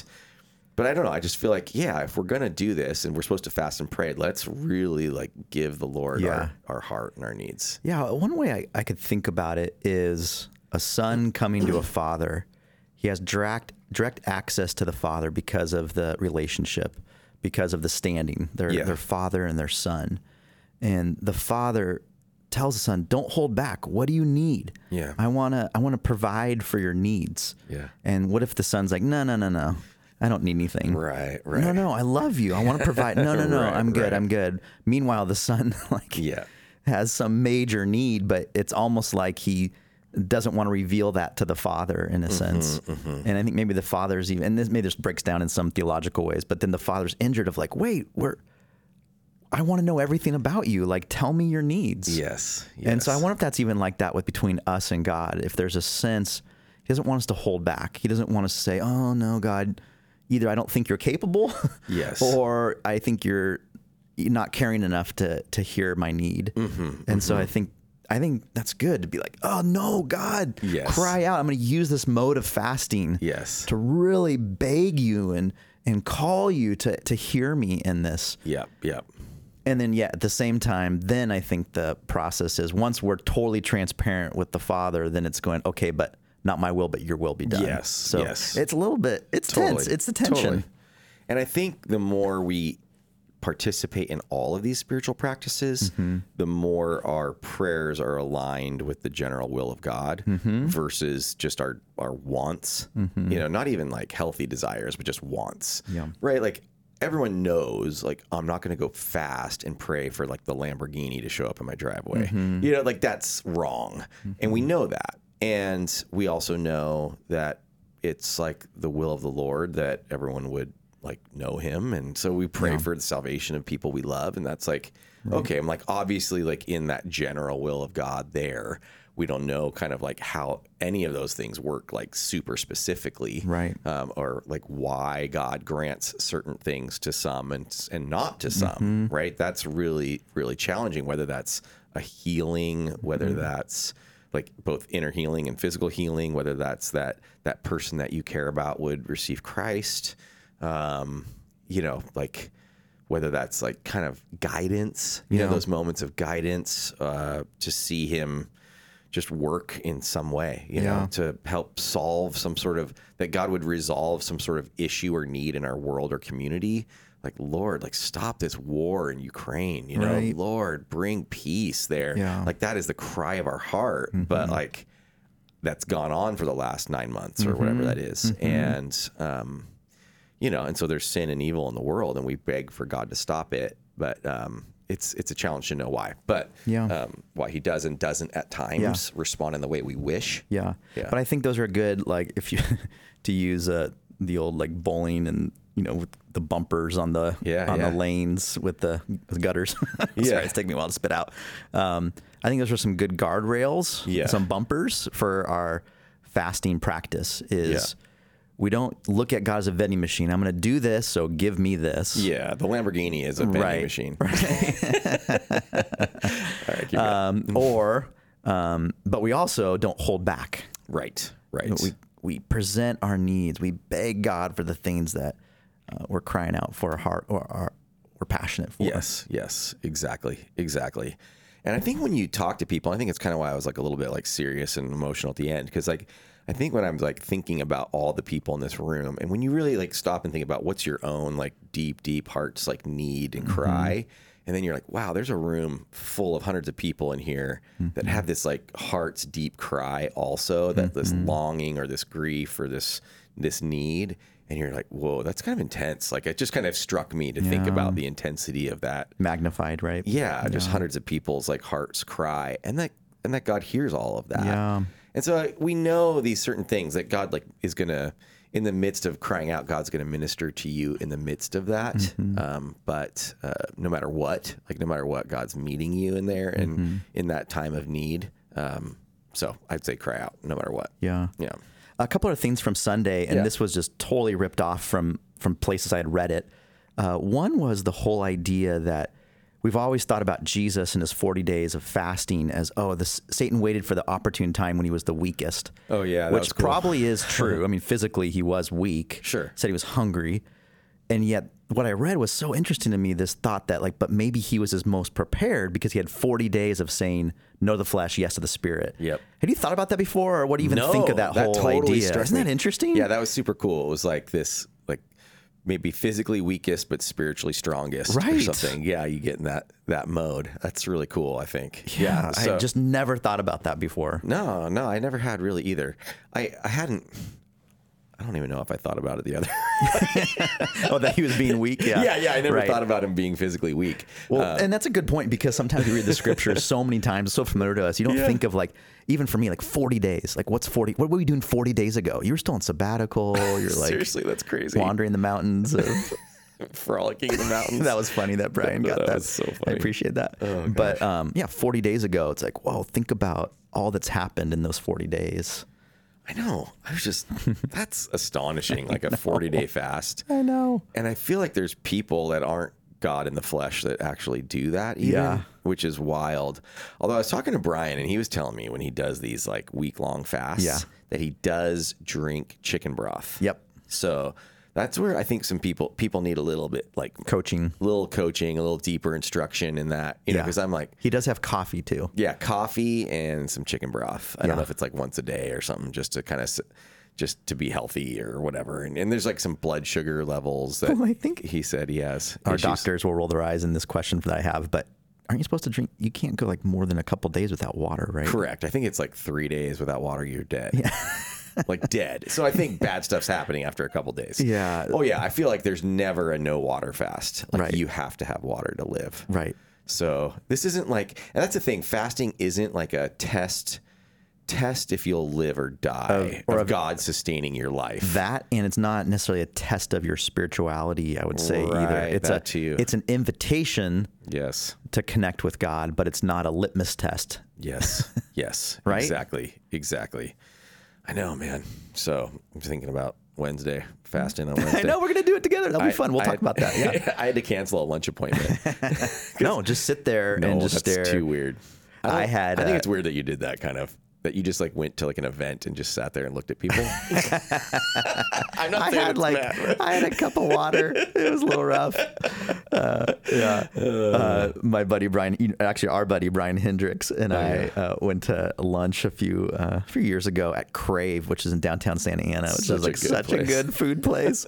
Speaker 2: but I don't know. I just feel like, yeah, if we're going to do this and we're supposed to fast and pray, let's really like give the Lord
Speaker 3: Yeah.
Speaker 2: our, our heart and our needs.
Speaker 3: Yeah, one way I, I could think about it is a son coming to a father. He has direct direct access to the father because of the relationship, because of the standing. Their
Speaker 2: Yeah.
Speaker 3: their father and their son. And the father tells the son, Don't hold back. What do you need?
Speaker 2: Yeah.
Speaker 3: I wanna I wanna provide for your needs.
Speaker 2: Yeah.
Speaker 3: And what if the son's like, No, no, no, no. I don't need anything.
Speaker 2: Right. Right.
Speaker 3: No, no, I love you. I want to provide. No, no, no,
Speaker 2: Right,
Speaker 3: I'm good.
Speaker 2: right.
Speaker 3: I'm good. Meanwhile, the son like
Speaker 2: Yeah.
Speaker 3: has some major need, but it's almost like he doesn't want to reveal that to the father in a sense. And I think maybe the father's even and this maybe this breaks down in some theological ways, but then the father's injured of like, wait, we're I want to know everything about you. Like tell me your needs.
Speaker 2: Yes,
Speaker 3: And so I
Speaker 2: yes.
Speaker 3: wonder if that's even like that with between us and God. If there's a sense he doesn't want us to hold back. He doesn't want us to say, "Oh no, God, either I don't think you're capable,
Speaker 2: Yes.
Speaker 3: or I think you're not caring enough to to hear my need."
Speaker 2: Mm-hmm,
Speaker 3: and so I think I think that's good to be like, "Oh no, God,
Speaker 2: Yes.
Speaker 3: cry out. I'm going to use this mode of fasting
Speaker 2: Yes.
Speaker 3: to really beg you and and call you to to hear me in this."
Speaker 2: Yep. Yep.
Speaker 3: And then, yeah, at the same time, then I think the process is once we're totally transparent with the Father, then it's going, okay, but not my will, but your will be done.
Speaker 2: Yes,
Speaker 3: So
Speaker 2: yes.
Speaker 3: it's a little bit, it's tense. It's the tension.
Speaker 2: Totally. And I think the more we participate in all of these spiritual practices,
Speaker 3: Mm-hmm.
Speaker 2: the more our prayers are aligned with the general will of God
Speaker 3: Mm-hmm.
Speaker 2: versus just our our wants. You know, not even like healthy desires, but just wants.
Speaker 3: Yeah.
Speaker 2: Right? Like everyone knows like I'm not going to go fast and pray for like the Lamborghini to show up in my driveway.
Speaker 3: Mm-hmm.
Speaker 2: You know, like that's wrong. And we know that. And we also know that it's like the will of the Lord that everyone would like know him and so we pray for the salvation of people we love and that's like okay i'm like obviously like in that general will of god there we don't know kind of like how any of those things work like super specifically
Speaker 3: Right.
Speaker 2: um, or like why god grants certain things to some and and not
Speaker 3: Mm-hmm.
Speaker 2: to some right that's really really challenging whether that's a healing whether
Speaker 3: Mm-hmm.
Speaker 2: that's like both inner healing and physical healing whether that's that that person that you care about would receive christ um, you know like whether that's like kind of guidance you know
Speaker 3: Yeah.
Speaker 2: those moments of guidance uh, to see him just work in some way you know
Speaker 3: Yeah.
Speaker 2: to help solve some sort of that god would resolve some sort of issue or need in our world or community like lord like stop this war in ukraine you know
Speaker 3: Right.
Speaker 2: lord bring peace there
Speaker 3: Yeah. Mm-hmm.
Speaker 2: like that is the cry of our heart but like that's gone on for the last nine months or whatever
Speaker 3: Mm-hmm.
Speaker 2: that is. and um, you know and so there's sin and evil in the world and we beg for god to stop it but um, it's it's a challenge to know why but
Speaker 3: Yeah.
Speaker 2: um, why he does and doesn't at times respond in the way we wish
Speaker 3: Yeah.
Speaker 2: Yeah.
Speaker 3: But I think those are good, like, if you, to use uh, the old, like, bowling and, you know, with the bumpers on the
Speaker 2: Yeah,
Speaker 3: on
Speaker 2: yeah.
Speaker 3: the lanes with the with gutters.
Speaker 2: Yeah.
Speaker 3: Sorry, it's taking me a while to spit out. Um, I think those are some good guardrails,
Speaker 2: Yeah.
Speaker 3: some bumpers for our fasting practice is we don't look at God as a vending machine. I'm going to do this, so give me this.
Speaker 2: yeah the lamborghini is a vending
Speaker 3: Right.
Speaker 2: machine right. all right keep going.
Speaker 3: Um, or, um, but we also don't hold back.
Speaker 2: right right
Speaker 3: We, we present our needs. We beg God for the things that uh, we're crying out for our heart or our, we're passionate for.
Speaker 2: Yes, yes, exactly, exactly. And I think when you talk to people, I think it's kind of why I was like a little bit like serious and emotional at the end because like I think when I'm like thinking about all the people in this room, and when you really like stop and think about what's your own like deep, deep heart's like need
Speaker 3: Mm-hmm.
Speaker 2: and cry, and then you're like, wow, there's a room full of hundreds of people in here
Speaker 3: Mm-hmm.
Speaker 2: that have this like heart's deep cry also that this
Speaker 3: Mm-hmm.
Speaker 2: longing or this grief or this this need. And you're like, whoa, that's kind of intense. Like it just kind of struck me to think about the intensity of that.
Speaker 3: Magnified, right?
Speaker 2: Yeah, just hundreds of people's like hearts cry, and that and that God hears all of that.
Speaker 3: Yeah.
Speaker 2: And so like, we know these certain things that God like is gonna in the midst of crying out, God's going to minister to you in the midst of that.
Speaker 3: Mm-hmm.
Speaker 2: Um, but uh, no matter what, like no matter what, God's meeting you in there and
Speaker 3: Mm-hmm.
Speaker 2: in that time of need. Um, so I'd say cry out no matter what.
Speaker 3: Yeah.
Speaker 2: Yeah.
Speaker 3: A couple of things from Sunday, and
Speaker 2: Yeah.
Speaker 3: this was just totally ripped off from from places I had read it. Uh, one was the whole idea that we've always thought about Jesus and his forty days of fasting as oh, this Satan waited for the opportune time when he was the weakest.
Speaker 2: Oh, yeah, that
Speaker 3: which
Speaker 2: was cool.
Speaker 3: probably is true. I mean, physically he was weak.
Speaker 2: Sure.
Speaker 3: said he was hungry, and yet what I read was so interesting to me. This thought that like, but maybe he was his most prepared because he had forty days of saying no to the flesh, yes to the spirit.
Speaker 2: Yep.
Speaker 3: Have you thought about that before, or what do you even think of that, whole idea?
Speaker 2: struck
Speaker 3: Isn't that
Speaker 2: me.
Speaker 3: interesting?
Speaker 2: Yeah, that was super cool. It was like this, like maybe physically weakest but spiritually strongest, Or
Speaker 3: Right.
Speaker 2: something. Yeah, you get in that that mode. That's really cool. I think.
Speaker 3: Yeah, I
Speaker 2: so-
Speaker 3: just never thought about that before.
Speaker 2: no, no, I never had really either. I I hadn't. I don't even know if I thought about it the other.
Speaker 3: oh, that he was being weak. Yeah,
Speaker 2: yeah, yeah, I never
Speaker 3: Right.
Speaker 2: thought about him being physically weak. Uh,
Speaker 3: Well, and that's a good point because sometimes we read the scriptures so many times, so familiar to us. You don't think of like, even for me, like forty days. Like, what's forty? What were we doing forty days ago? You were still on sabbatical. You're like
Speaker 2: Seriously, that's crazy.
Speaker 3: wandering the mountains. Of,
Speaker 2: Frolicking in the mountains.
Speaker 3: that was funny that Brian got
Speaker 2: That
Speaker 3: that.
Speaker 2: was so
Speaker 3: I
Speaker 2: funny. Oh,
Speaker 3: appreciate that. but um, yeah, forty days ago, it's like, whoa, think about all that's happened in those forty days.
Speaker 2: I know. I was just that's astonishing. Like a forty day fast.
Speaker 3: I know.
Speaker 2: And I feel like there's people that aren't God in the flesh that actually do that, even,
Speaker 3: Yeah.
Speaker 2: which is wild. Although I was talking to Brian and he was telling me when he does these like week long fasts
Speaker 3: Yeah.
Speaker 2: that he does drink chicken broth.
Speaker 3: Yep.
Speaker 2: So that's where I think some people people need a little bit like
Speaker 3: Coaching.
Speaker 2: little coaching, a little deeper instruction in that. You know, because I'm like,
Speaker 3: He does have coffee too.
Speaker 2: yeah, coffee and some chicken broth. I don't know
Speaker 3: Yeah.
Speaker 2: if it's like once a day or something, just to kind of, just to be healthy or whatever. And, and there's like some blood sugar levels that
Speaker 3: Well, Oh, I think-
Speaker 2: he said he has.
Speaker 3: Our
Speaker 2: issues.
Speaker 3: doctors will roll their eyes in this question that I have, but aren't you supposed to drink? You can't go like more than a couple days without water, right?
Speaker 2: Correct. I think it's like three days without water, you're dead. like dead. So I think bad stuff's happening after a couple days.
Speaker 3: Yeah.
Speaker 2: Oh yeah. I feel like there's never a no water fast. Like
Speaker 3: Right.
Speaker 2: you have to have water to live.
Speaker 3: Right.
Speaker 2: So this isn't like, and that's the thing. Fasting isn't like a test, test if you'll live or die, or of, God sustaining your life.
Speaker 3: That and it's not necessarily a test of your spirituality, I would say either.
Speaker 2: Right,
Speaker 3: It's
Speaker 2: that
Speaker 3: a
Speaker 2: too.
Speaker 3: it's an invitation
Speaker 2: yes,
Speaker 3: to connect with God, but it's not a litmus test.
Speaker 2: yes, yes.
Speaker 3: Right?
Speaker 2: Exactly, exactly. I know, man. So I'm thinking about Wednesday fasting on Wednesday.
Speaker 3: I know we're gonna do it together. That'll be
Speaker 2: I-
Speaker 3: fun. We'll
Speaker 2: I
Speaker 3: talk
Speaker 2: had-
Speaker 3: about that. Yeah.
Speaker 2: I had to cancel a lunch appointment.
Speaker 3: no, just sit there and
Speaker 2: Oh,
Speaker 3: just
Speaker 2: that's
Speaker 3: stare.
Speaker 2: too weird.
Speaker 3: I
Speaker 2: don't-
Speaker 3: had,
Speaker 2: I think
Speaker 3: uh,
Speaker 2: it's weird that you did that kind of. That you just like went to like an event and just sat there and looked at people. I'm not
Speaker 3: I
Speaker 2: saying
Speaker 3: had
Speaker 2: it's
Speaker 3: like
Speaker 2: bad, but-
Speaker 3: I had a cup of water. It was a little rough. Uh, yeah, uh, my buddy Brian, you know, actually our buddy Brian Hendricks and
Speaker 2: Oh,
Speaker 3: I uh, went to lunch a few uh, few years ago at Crave, which is in downtown Santa Ana, which
Speaker 2: Such a
Speaker 3: is like
Speaker 2: good
Speaker 3: such a
Speaker 2: place.
Speaker 3: good food place.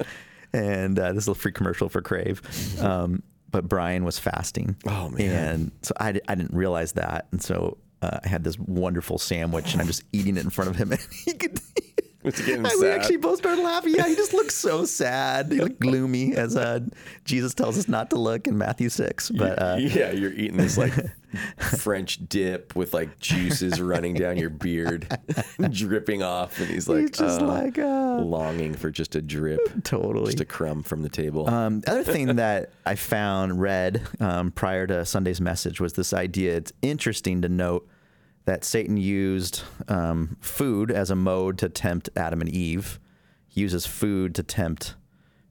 Speaker 3: and uh, this is a free commercial for Crave. Um, but Brian was fasting.
Speaker 2: Oh, man.
Speaker 3: And so I, di- I didn't realize that, and so. Uh, I had this wonderful sandwich, and I'm just eating it in front of him, and he could.
Speaker 2: Was he getting
Speaker 3: I- We
Speaker 2: sad?
Speaker 3: actually both started laughing. Yeah, he just looked so sad. He looked gloomy, as uh, Jesus tells us not to look in Matthew six. But uh,
Speaker 2: yeah, you're eating this like French dip with like juices running down your beard, dripping off, and he's like,
Speaker 3: He's just
Speaker 2: "Oh,"
Speaker 3: like, "Ah."
Speaker 2: longing for just a drip,
Speaker 3: totally.
Speaker 2: just a crumb from the table.
Speaker 3: Um, the other thing that I found read um, prior to Sunday's message was this idea. It's interesting to note that Satan used um, food as a mode to tempt Adam and Eve. He uses food to tempt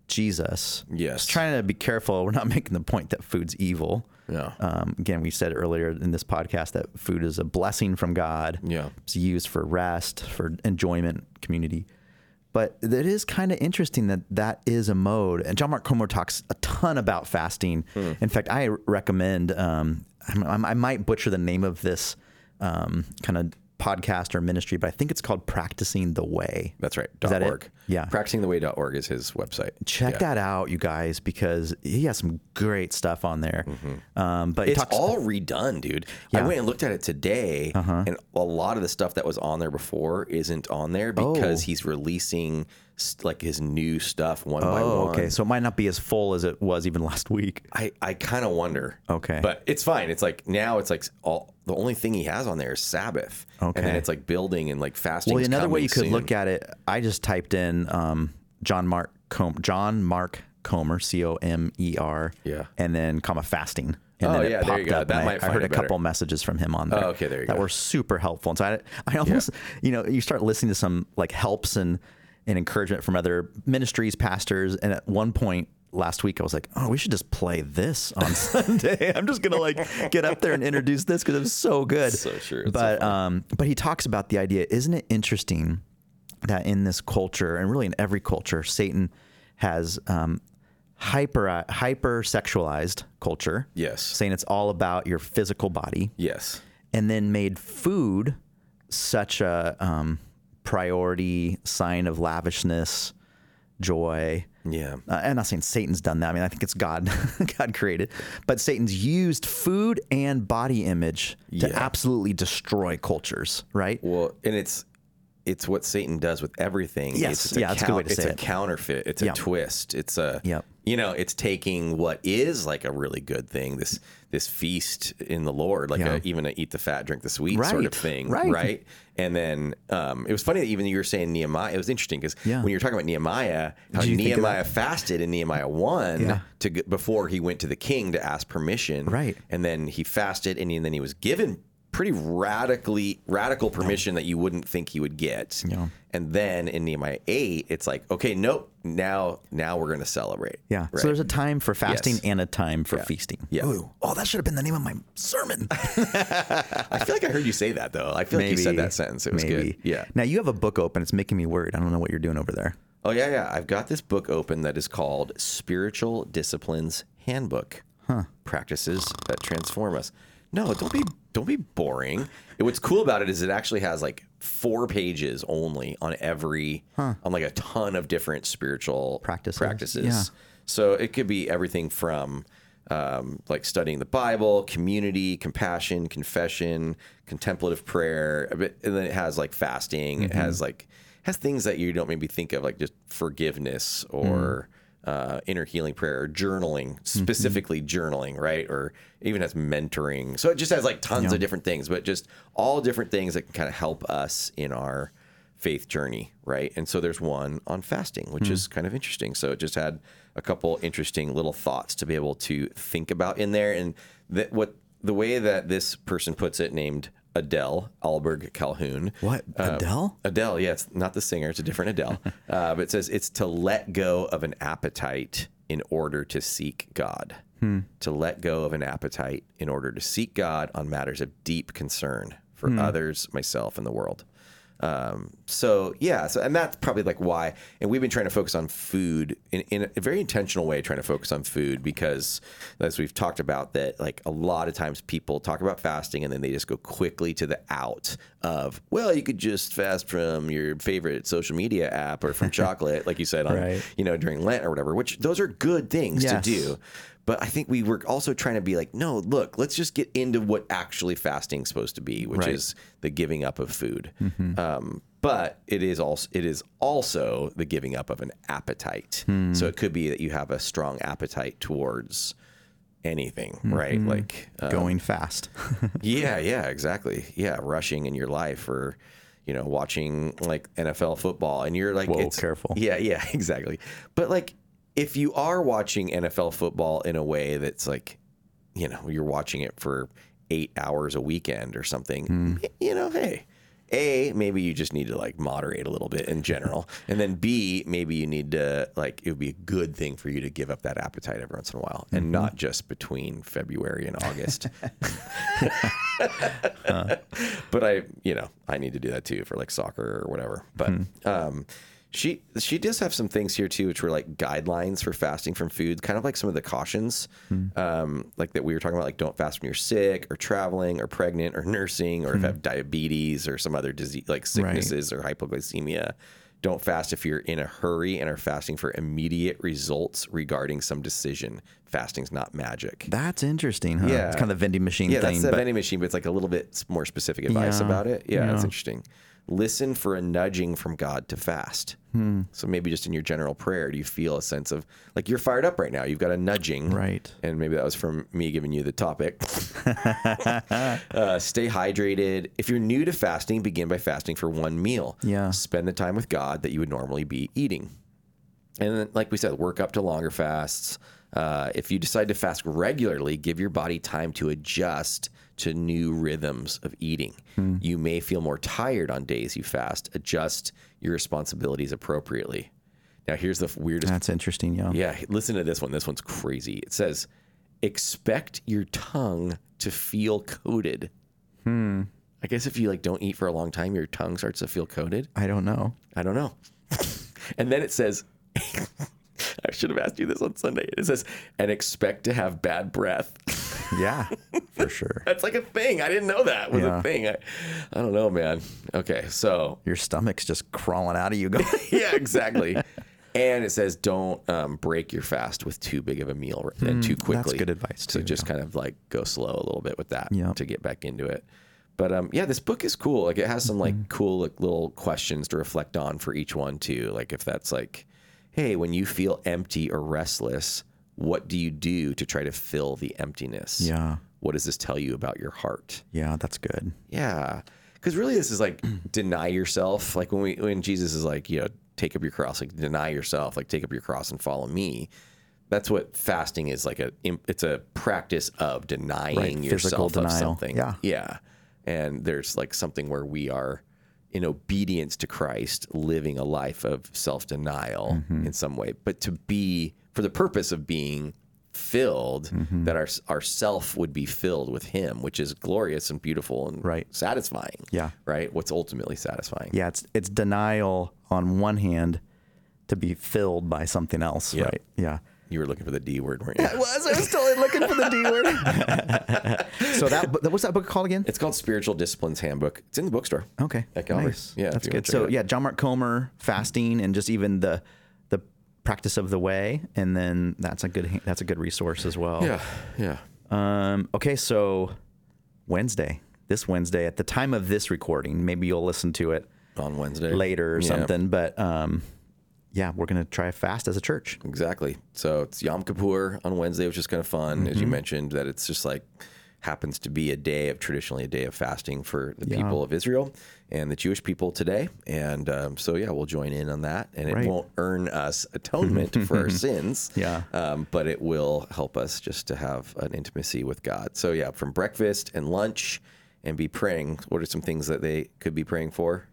Speaker 3: Jesus.
Speaker 2: Yes.
Speaker 3: Just trying to be careful. We're not making the point that food's evil.
Speaker 2: No.
Speaker 3: Um, again, we said earlier in this podcast that food is a blessing from God.
Speaker 2: Yeah.
Speaker 3: It's used for rest, for enjoyment, community. But it is kind of interesting that that is a mode. And John Mark Comer talks a ton about fasting.
Speaker 2: Hmm.
Speaker 3: In fact, I recommend, um, I'm- I'm- I might butcher the name of this um, kind of podcast or ministry, but I think it's called Practicing the Way.
Speaker 2: That's right.
Speaker 3: that
Speaker 2: Dot
Speaker 3: it?
Speaker 2: org.
Speaker 3: Yeah.
Speaker 2: Practicingtheway.org is his website.
Speaker 3: Check
Speaker 2: Yeah.
Speaker 3: that out, you guys, because he has some great stuff on there. Um, but he
Speaker 2: Mm-hmm. It's
Speaker 3: talks
Speaker 2: all redone, dude. I went and looked at it today,
Speaker 3: Uh-huh.
Speaker 2: and a lot of the stuff that was on there before isn't on there because
Speaker 3: Oh.
Speaker 2: he's releasing st- like his new stuff one by
Speaker 3: Oh,
Speaker 2: one.
Speaker 3: okay. So it might not be as full as it was even last week.
Speaker 2: I, I kind of wonder.
Speaker 3: Okay.
Speaker 2: But it's fine. It's like now it's like all the only thing he has on there is Sabbath. And then
Speaker 3: Okay.
Speaker 2: it's like building and like fasting.
Speaker 3: Well, another way you could look at it, I just typed in um, John Mark Com- John Mark Comer, C O M E R.
Speaker 2: Yeah.
Speaker 3: And then comma fasting. And
Speaker 2: Oh,
Speaker 3: then it
Speaker 2: yeah, there
Speaker 3: popped
Speaker 2: you go.
Speaker 3: up.
Speaker 2: That
Speaker 3: and I-
Speaker 2: might
Speaker 3: I,
Speaker 2: find
Speaker 3: heard
Speaker 2: it
Speaker 3: a couple messages from him on there.
Speaker 2: Oh, okay, there you
Speaker 3: that
Speaker 2: go.
Speaker 3: were super helpful. And so I, I almost, you know, you start listening to some like helps and, and encouragement from other ministries, pastors. And at one point last week, I was like, oh, we should just play this on Sunday. I'm just going to like get up there and introduce this because it was so good.
Speaker 2: So true. It's so
Speaker 3: But, um, but he talks about the idea. Isn't it interesting? that in this culture and really in every culture, Satan has um, hyper hyper sexualized culture.
Speaker 2: Yes.
Speaker 3: saying it's all about your physical body,
Speaker 2: Yes.
Speaker 3: and then made food such a um, priority sign of lavishness, joy.
Speaker 2: Yeah.
Speaker 3: Uh, I'm not saying Satan's done that. I mean, I think it's God. God created, but Satan's used food and body image
Speaker 2: Yeah.
Speaker 3: to absolutely destroy cultures. Right?
Speaker 2: Well, and it's it's what Satan does with everything.
Speaker 3: Yes.
Speaker 2: it's a
Speaker 3: Yeah, that's a good way to
Speaker 2: it's
Speaker 3: say
Speaker 2: a
Speaker 3: it.
Speaker 2: counterfeit. It's a
Speaker 3: Yeah.
Speaker 2: twist. It's a
Speaker 3: Yep.
Speaker 2: you know, it's taking what is like a really good thing, this this feast in the Lord, like
Speaker 3: Yeah.
Speaker 2: a, even a eat the fat, drink the sweet sort
Speaker 3: Right.
Speaker 2: of thing,
Speaker 3: Right.
Speaker 2: And then um, it was funny that even you were saying Nehemiah. It was interesting because
Speaker 3: Yeah.
Speaker 2: when you were talking about Nehemiah, how
Speaker 3: you think of
Speaker 2: Nehemiah fasted in Nehemiah one
Speaker 3: Yeah.
Speaker 2: to g- before he went to the king to ask permission,
Speaker 3: Right.
Speaker 2: and then he fasted and, he- and then he was given pretty radically radical permission that you wouldn't think he would get
Speaker 3: Yeah.
Speaker 2: and then in nehemiah 8 it's like okay nope now now we're going to celebrate
Speaker 3: Yeah.
Speaker 2: Right.
Speaker 3: So there's a time for fasting
Speaker 2: Yes.
Speaker 3: and a time for feasting.
Speaker 2: Yeah.
Speaker 3: Ooh. Oh, that should have been the name of my sermon.
Speaker 2: i feel like i heard you say that though i feel like you said that sentence it was good yeah
Speaker 3: Now you have a book open. It's making me worried. I don't know what you're doing over there.
Speaker 2: oh yeah yeah i've got this book open that is called spiritual disciplines handbook huh practices that transform us no don't be don't be boring what's cool about it is it actually has like four pages only on every on like a ton of different spiritual
Speaker 3: Practices.
Speaker 2: practices
Speaker 3: Yeah.
Speaker 2: So it could be everything from um, like studying the Bible, community, compassion, confession, contemplative prayer, a bit- and then it has like fasting. It has like has things that you don't maybe think of like just forgiveness or uh, inner healing prayer, or journaling specifically journaling, right? Or it even has mentoring. So it just has like tons of different things, but just all different things that can kind of help us in our faith journey, right? And so there's one on fasting, which is kind of interesting. So it just had a couple interesting little thoughts to be able to think about in there. And that what the way that this person puts it, named Adele Alberg Calhoun.
Speaker 3: What?
Speaker 2: Uh,
Speaker 3: Adele?
Speaker 2: Adele, yeah, it's not the singer, it's a different Adele. uh, but it says it's to let go of an appetite in order to seek God. To let go of an appetite in order to seek God on matters of deep concern for others, myself, and the world. Um, so yeah, so and that's probably like why, and we've been trying to focus on food in, in a very intentional way, trying to focus on food because, as we've talked about, that like a lot of times people talk about fasting and then they just go quickly to the out of well, you could just fast from your favorite social media app or from chocolate, like you said on
Speaker 3: Right.
Speaker 2: you know during Lent or whatever. Which those are good things
Speaker 3: Yes.
Speaker 2: to do, but I think we were also trying to be like, no, look, let's just get into what actually fasting's supposed to be, which
Speaker 3: Right. Mm-hmm.
Speaker 2: is the giving up of food. Um, but it is also it is also the giving up of an appetite.
Speaker 3: Hmm.
Speaker 2: So it could be that you have a strong appetite towards anything, right?
Speaker 3: Mm-hmm.
Speaker 2: Like uh,
Speaker 3: Going fast.
Speaker 2: yeah, yeah, exactly. Yeah, rushing in your life or you know, watching like NFL football and you're like
Speaker 3: Whoa,
Speaker 2: it's-
Speaker 3: careful.
Speaker 2: Yeah, yeah, exactly. But like if you are watching NFL football in a way that's like, you know, you're watching it for 8 hours a weekend or something,
Speaker 3: Hmm.
Speaker 2: y- you know, hey, a, maybe you just need to like moderate a little bit in general. And then B, maybe you need to like, it would be a good thing for you to give up that appetite every once in a while
Speaker 3: Mm-hmm.
Speaker 2: and not just between February and August. but I, you know, I need to do that too for like soccer or whatever. But um, she she does have some things here too, which were like guidelines for fasting from food, kind of like some of the cautions, um, like that we were talking about, like don't fast when you're sick or traveling or pregnant or nursing or if you have diabetes or some other disease like sicknesses or hypoglycemia. Don't fast if you're in a hurry and are fasting for immediate results regarding some decision. Fasting's not magic.
Speaker 3: That's interesting. Huh?
Speaker 2: Yeah.
Speaker 3: It's kind of the vending machine
Speaker 2: Yeah,
Speaker 3: thing.
Speaker 2: that's the
Speaker 3: but
Speaker 2: vending machine, but it's like a little bit more specific advice
Speaker 3: Yeah.
Speaker 2: about it. Yeah, that's interesting. Listen for a nudging from God to fast.
Speaker 3: Hmm.
Speaker 2: So maybe just in your general prayer, do you feel a sense of like you're fired up right now? You've got a nudging,
Speaker 3: Right.
Speaker 2: And maybe that was from me giving you the topic. uh, stay hydrated. If you're new to fasting, begin by fasting for one meal.
Speaker 3: Yeah.
Speaker 2: Spend the time with God that you would normally be eating. And then, like we said, work up to longer fasts. Uh, if you decide to fast regularly, give your body time to adjust to new rhythms of eating. You may feel more tired on days you fast. Adjust your responsibilities appropriately. Now, here's the weirdest
Speaker 3: That's interesting, yeah.
Speaker 2: yeah, listen to this one. This one's crazy. It says, "Expect your tongue to feel coated." Hmm. I guess if you like don't eat for a long time, your tongue starts to feel coated.
Speaker 3: I don't know.
Speaker 2: I don't know. and then it says, "I should have asked you this on Sunday." It says, "And expect to have bad breath."
Speaker 3: Yeah, for sure.
Speaker 2: That's like a thing. I didn't know that was
Speaker 3: Yeah.
Speaker 2: a thing. I, I don't know, man. Okay, so
Speaker 3: Your stomach's just crawling out of you. Going,
Speaker 2: yeah, exactly. and it says don't um, break your fast with too big of a meal and too quickly.
Speaker 3: Mm, good advice,
Speaker 2: So
Speaker 3: too,
Speaker 2: just kind of like go slow a little bit with that
Speaker 3: Yeah.
Speaker 2: to get back into it. But um, yeah, this book is cool. Like it has some
Speaker 3: Mm-hmm.
Speaker 2: like cool like, little questions to reflect on for each one too. Like if that's like, hey, when you feel empty or restless, what do you do to try to fill the emptiness?
Speaker 3: Yeah.
Speaker 2: What does this tell you about your heart?
Speaker 3: yeah, that's good.
Speaker 2: Yeah. Because really, this is like deny yourself. Like when we when Jesus is like, you know, take up your cross, like deny yourself, like take up your cross and follow me. That's what fasting is like. A it's a practice of denying
Speaker 3: physical
Speaker 2: yourself of
Speaker 3: denial.
Speaker 2: something.
Speaker 3: Yeah.
Speaker 2: yeah. And there's like something where we are in obedience to Christ, living a life of self denial
Speaker 3: Mm-hmm.
Speaker 2: in some way, but to be for the purpose of being filled,
Speaker 3: Mm-hmm.
Speaker 2: that our our self would be filled with Him, which is glorious and beautiful and
Speaker 3: Right.
Speaker 2: satisfying.
Speaker 3: Yeah.
Speaker 2: Right. What's ultimately satisfying.
Speaker 3: Yeah, it's it's denial on one hand to be filled by something else,
Speaker 2: Yeah.
Speaker 3: right? Yeah.
Speaker 2: You were looking for the D word, weren't you?
Speaker 3: was. I was totally looking for the D word. so that bu- what's that book called again?
Speaker 2: it's called Spiritual Disciplines Handbook. It's in the bookstore.
Speaker 3: Okay.
Speaker 2: At Calvary.
Speaker 3: Nice.
Speaker 2: Yeah, if
Speaker 3: That's
Speaker 2: you wanna
Speaker 3: good.
Speaker 2: check
Speaker 3: So
Speaker 2: it out.
Speaker 3: yeah, John Mark Comer fasting and just even the the practice of the way, and then that's a good ha- that's a good resource as well.
Speaker 2: Yeah. Yeah.
Speaker 3: Um, okay, so Wednesday, this Wednesday, at the time of this recording, maybe you'll listen to it
Speaker 2: On Wednesday.
Speaker 3: later or
Speaker 2: Yeah.
Speaker 3: something, but um, yeah, we're gonna try fast as a church.
Speaker 2: Exactly. So it's Yom Kippur on Wednesday, which is kind of fun, as
Speaker 3: Mm-hmm.
Speaker 2: you mentioned, that it's just like happens to be a day of traditionally a day of fasting for the people of Israel and the Jewish people today. And um, so, yeah, we'll join in on that. And it
Speaker 3: Right.
Speaker 2: won't earn us atonement for our sins.
Speaker 3: Yeah.
Speaker 2: Um, but it will help us just to have an intimacy with God. So, yeah, from breakfast and lunch and be praying. What are some things that they could be praying for?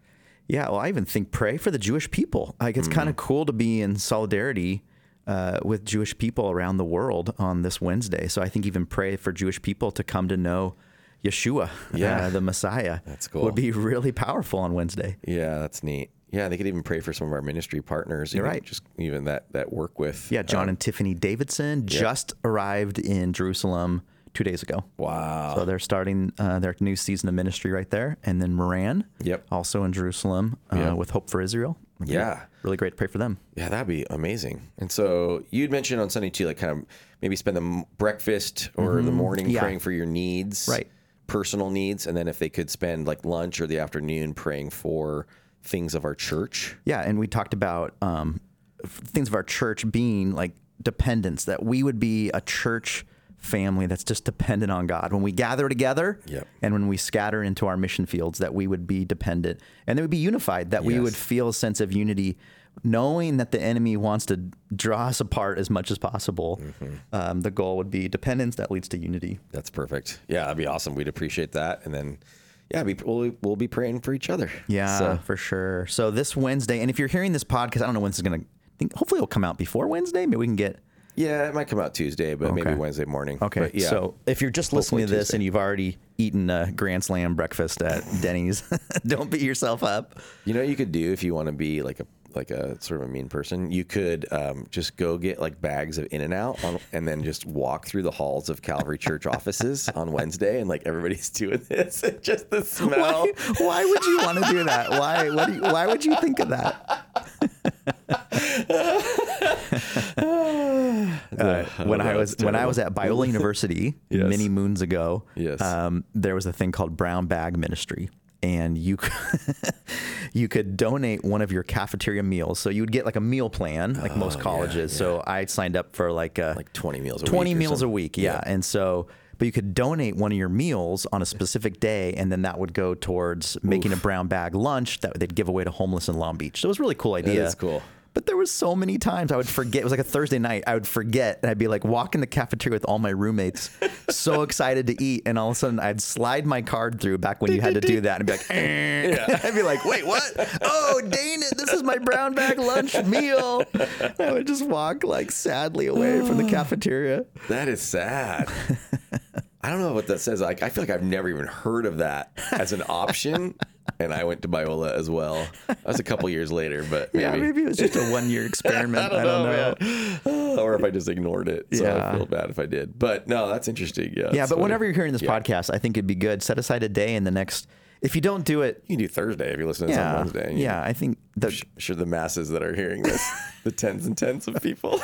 Speaker 3: Yeah, well, I even think pray for the Jewish people. Like it's
Speaker 2: Mm.
Speaker 3: kind of cool to be in solidarity uh, with Jewish people around the world on this Wednesday. So I think even pray for Jewish people to come to know Yeshua,
Speaker 2: Yeah.
Speaker 3: uh, the Messiah. That's
Speaker 2: cool.
Speaker 3: Would be really powerful on Wednesday.
Speaker 2: Yeah, that's neat. Yeah, they could even pray for some of our ministry partners. You're
Speaker 3: right.
Speaker 2: Just even that that work with. uh,
Speaker 3: Yeah, John and Tiffany Davidson just arrived in Jerusalem two days ago.
Speaker 2: Wow.
Speaker 3: So they're starting uh, their new season of ministry right there, and then Moran,
Speaker 2: Yep.
Speaker 3: also in Jerusalem uh,
Speaker 2: Yeah.
Speaker 3: with Hope for Israel.
Speaker 2: Yeah.
Speaker 3: really great to pray for them.
Speaker 2: Yeah, that'd be amazing. And so you'd mentioned on Sunday too, like kind of maybe spend the m- breakfast or the morning
Speaker 3: Mm-hmm. Yeah.
Speaker 2: praying for your needs,
Speaker 3: Right.
Speaker 2: Personal needs, and then if they could spend like lunch or the afternoon praying for things of our church.
Speaker 3: Yeah, and we talked about um, f- things of our church being like dependence, that we would be a church family that's just dependent on God. When we gather together
Speaker 2: Yep.
Speaker 3: and when we scatter into our mission fields, that we would be dependent and that we'd be unified, that we
Speaker 2: Yes.
Speaker 3: would feel a sense of unity, knowing that the enemy wants to draw us apart as much as possible.
Speaker 2: Mm-hmm.
Speaker 3: Um, the goal would be dependence that leads to unity.
Speaker 2: That's perfect. Yeah, that'd be awesome. We'd appreciate that. And then, yeah, be, we'll we'll be praying for each other.
Speaker 3: Yeah,
Speaker 2: So,
Speaker 3: for sure. So this Wednesday, and if you're hearing this podcast, I don't know when this is going to, think hopefully it'll come out before Wednesday. Maybe we can get
Speaker 2: yeah, it might come out Tuesday, but maybe
Speaker 3: Okay.
Speaker 2: Wednesday morning.
Speaker 3: Okay.
Speaker 2: But yeah.
Speaker 3: So if you're just
Speaker 2: Hopefully
Speaker 3: listening to this
Speaker 2: Tuesday.
Speaker 3: and you've already eaten a Grand Slam breakfast at Denny's, don't beat yourself up.
Speaker 2: You know, what you could do if you want to be like a like a sort of a mean person. You could um, just go get like bags of In and Out, and then just walk through the halls of Calvary Church offices on Wednesday, and like everybody's doing this. and just the smell.
Speaker 3: Why, why would you want to do that? Why? What do you, why would you think of that? Uh, when I
Speaker 2: no,
Speaker 3: was
Speaker 2: it's
Speaker 3: when I
Speaker 2: terrible.
Speaker 3: was at Biola University
Speaker 2: Yes.
Speaker 3: many moons ago,
Speaker 2: Yes.
Speaker 3: um, there was a thing called brown bag ministry, and you could, you could donate one of your cafeteria meals. So you would get like a meal plan, like most colleges. So I signed up for like a
Speaker 2: Oh, Like 20 meals a
Speaker 3: 20
Speaker 2: week or
Speaker 3: meals a
Speaker 2: something.
Speaker 3: week, yeah. And so, but you could donate one of your meals on a specific day, and then that would go towards making a brown bag lunch that they'd give away to homeless in Long Beach. So it was a really cool idea.
Speaker 2: is cool.
Speaker 3: But there was so many times I would forget. It was like a Thursday night. I would forget, and I'd be like walking the cafeteria with all my roommates, so excited to eat, and all of a sudden I'd slide my card through back when you had to do that, and be like, I'd be like, wait, what? Oh, dang it! This is my brown bag lunch meal. And I would just walk like sadly away from the cafeteria.
Speaker 2: That is sad. I don't know what that says. Like, I feel like I've never even heard of that as an option. and I went to Biola as well. That was a couple years later, but maybe.
Speaker 3: Yeah, maybe it was just a one-year experiment. I don't, know.
Speaker 2: man. or if I just ignored it. So
Speaker 3: Oh, Yeah.
Speaker 2: I feel bad if I did. But no, that's interesting. Yeah.
Speaker 3: Yeah,
Speaker 2: it's
Speaker 3: but
Speaker 2: funny.
Speaker 3: whenever you're hearing this podcast, I think it'd be good. Set aside a day in the next. If you don't do it,
Speaker 2: you can do Thursday if you listen to this on
Speaker 3: yeah,
Speaker 2: Wednesday. and you-
Speaker 3: yeah, I think the
Speaker 2: I'm sure the masses that are hearing this, the tens and tens of people.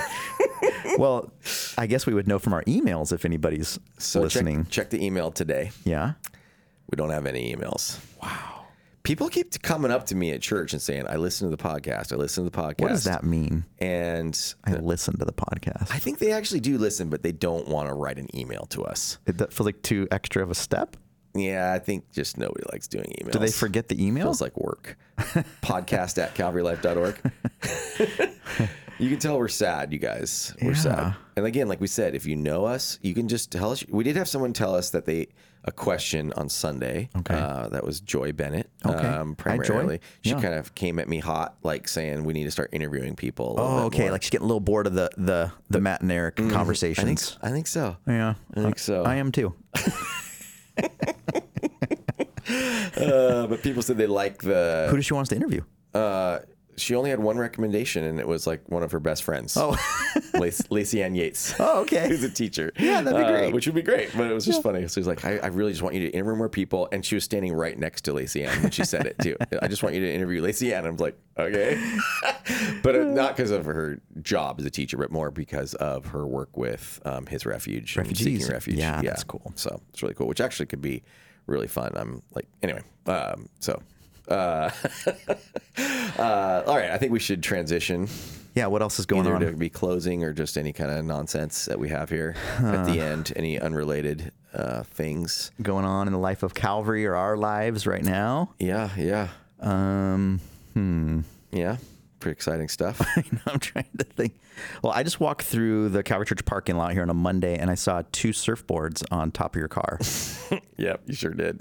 Speaker 3: well, I guess we would know from our emails if anybody's
Speaker 2: So check-
Speaker 3: listening.
Speaker 2: check the email today.
Speaker 3: Yeah,
Speaker 2: We don't have any emails. Wow. People keep coming up to me at church and saying, I listen to the podcast. I listen to the podcast.
Speaker 3: what does that mean?
Speaker 2: And
Speaker 3: I listen to the podcast.
Speaker 2: I think they actually do listen, but they don't want to write an email to us.
Speaker 3: Did that feel like too extra of a step?
Speaker 2: Yeah, I think just nobody likes doing emails.
Speaker 3: Do they forget the email?
Speaker 2: Feels like work. Podcast at calvarylife.org. you can tell we're sad, you guys. We're sad. And again, like we said, if you know us, you can just tell us. We did have someone tell us that they a question on Sunday.
Speaker 3: Okay.
Speaker 2: Uh, that was Joy Bennett.
Speaker 3: Okay. Hi, Joy.
Speaker 2: Um, primarily, she
Speaker 3: Yeah.
Speaker 2: kind of came at me hot, like saying we need to start interviewing people. a little
Speaker 3: Oh,
Speaker 2: bit
Speaker 3: okay.
Speaker 2: more." Mm-hmm.
Speaker 3: Like she's getting a little bored of the the the Matt and Eric
Speaker 2: I think
Speaker 3: conversations.
Speaker 2: I think so.
Speaker 3: yeah,
Speaker 2: I think so.
Speaker 3: I am too.
Speaker 2: Uh, but people said they like the
Speaker 3: Who does she want us to interview?
Speaker 2: uh, she only had one recommendation, and it was like one of her best friends.
Speaker 3: Oh.
Speaker 2: Lace- Lacey Ann Yates.
Speaker 3: Oh, okay.
Speaker 2: Who's a teacher.
Speaker 3: Yeah, that'd be
Speaker 2: Uh,
Speaker 3: great.
Speaker 2: which would be great, but it was just funny. So he's like, I, I really just want you to interview more people. And she was standing right next to Lacey Ann when she said it, too. I just want you to interview Lacey Ann. I'm like, okay. but uh, not because of her job as a teacher, but more because of her work with um, his refuge. and
Speaker 3: Refugees.
Speaker 2: Seeking refuge.
Speaker 3: Yeah, that's cool.
Speaker 2: So it's really cool, which actually could be really fun. I'm like, anyway, um, so. Uh, uh, all right, I think we should transition
Speaker 3: Yeah, what else is going
Speaker 2: either
Speaker 3: on?
Speaker 2: to be closing or just any kind of nonsense that we have here at the end. Any unrelated uh, things?
Speaker 3: Going on in the life of Calvary or our lives right now?
Speaker 2: Yeah, yeah,
Speaker 3: Um, hmm.
Speaker 2: yeah. Pretty exciting stuff.
Speaker 3: I'm trying to think. Well, I just walked through the Calvary Church parking lot here on a Monday, and I saw two surfboards on top of your car.
Speaker 2: yep, you sure did.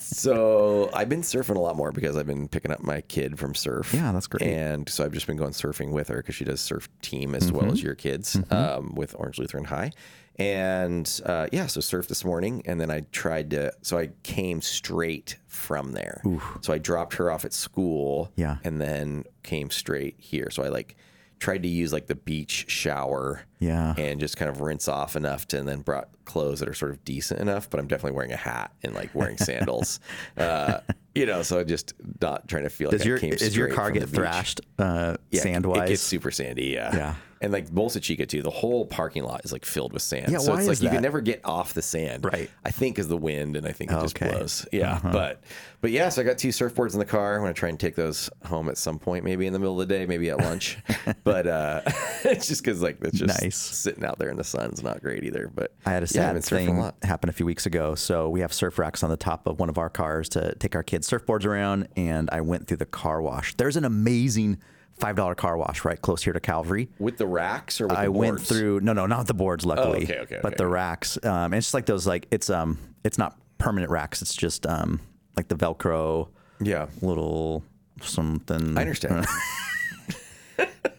Speaker 2: so I've been surfing a lot more because I've been picking up my kid from surf.
Speaker 3: Yeah, that's great.
Speaker 2: And so I've just been going surfing with her because she does surf team as
Speaker 3: Mm-hmm.
Speaker 2: well as your kids um, with Orange Lutheran High. And uh, yeah, so surfed this morning, and then I tried to. So I came straight from there. So I dropped her off at school.
Speaker 3: Yeah.
Speaker 2: and then came straight here. So I like tried to use like the beach shower
Speaker 3: Yeah.
Speaker 2: and just kind of rinse off enough to and then brought clothes that are sort of decent enough, but I'm definitely wearing a hat and like wearing sandals. uh, you know, so just not trying to feel
Speaker 3: Does
Speaker 2: like
Speaker 3: your
Speaker 2: I came
Speaker 3: is your
Speaker 2: straight
Speaker 3: car
Speaker 2: from the
Speaker 3: get
Speaker 2: beach.
Speaker 3: thrashed uh,
Speaker 2: Yeah,
Speaker 3: sand
Speaker 2: It gets
Speaker 3: wise?
Speaker 2: super sandy, yeah.
Speaker 3: Yeah.
Speaker 2: And like Bolsa Chica too, the whole parking lot is like filled with sand.
Speaker 3: Yeah,
Speaker 2: so
Speaker 3: why
Speaker 2: it's like
Speaker 3: is
Speaker 2: you
Speaker 3: that?
Speaker 2: can never get off the sand.
Speaker 3: Right.
Speaker 2: I think is the wind and I think it just
Speaker 3: Okay. Uh-huh.
Speaker 2: blows. Yeah. But but yeah, so I got two surfboards in the car. I'm gonna try and take those home at some point, maybe in the middle of the day, maybe at lunch. but uh it's just cause like it's just
Speaker 3: Nice.
Speaker 2: sitting out there in the sun's not great either. But
Speaker 3: I had a
Speaker 2: yeah, I've
Speaker 3: sad
Speaker 2: been surfing a
Speaker 3: thing
Speaker 2: lot.
Speaker 3: happen a few weeks ago. So we have surf racks on the top of one of our cars to take our kids' surfboards around, and I went through the car wash. There's an amazing five dollar car wash right close here to Calvary.
Speaker 2: With the racks or with
Speaker 3: I
Speaker 2: the
Speaker 3: went
Speaker 2: boards? Oh,
Speaker 3: through no no not the boards luckily
Speaker 2: okay, okay,
Speaker 3: but
Speaker 2: okay.
Speaker 3: the racks um and it's just like those like it's um it's not permanent racks it's just um like the velcro
Speaker 2: Yeah.
Speaker 3: little something
Speaker 2: I understand.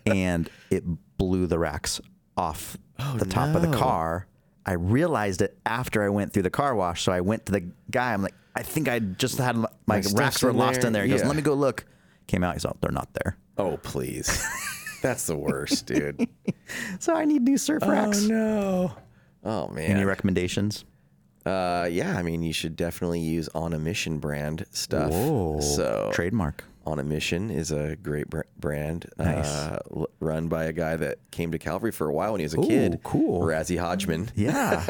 Speaker 3: and it blew the racks off
Speaker 2: Oh,
Speaker 3: the top of the car. I realized it after I went through the car wash. So I went to the guy. I'm like, I think I just had my,
Speaker 2: My
Speaker 3: racks
Speaker 2: stuff's
Speaker 3: were
Speaker 2: in
Speaker 3: lost in there.
Speaker 2: there.
Speaker 3: He goes,
Speaker 2: Yeah.
Speaker 3: let me go look. Came out. He's all, they're not there.
Speaker 2: oh please. That's the worst, dude.
Speaker 3: So I need new surf racks.
Speaker 2: no. Oh man.
Speaker 3: Oh, Any recommendations?
Speaker 2: Uh, yeah, I mean, you should definitely use On a Mission brand stuff. So
Speaker 3: trademark.
Speaker 2: On a Mission is a great br- brand uh, l- run by a guy that came to Calvary for a while when he was a kid.
Speaker 3: cool.
Speaker 2: Razzie Hodgman.
Speaker 3: Yeah,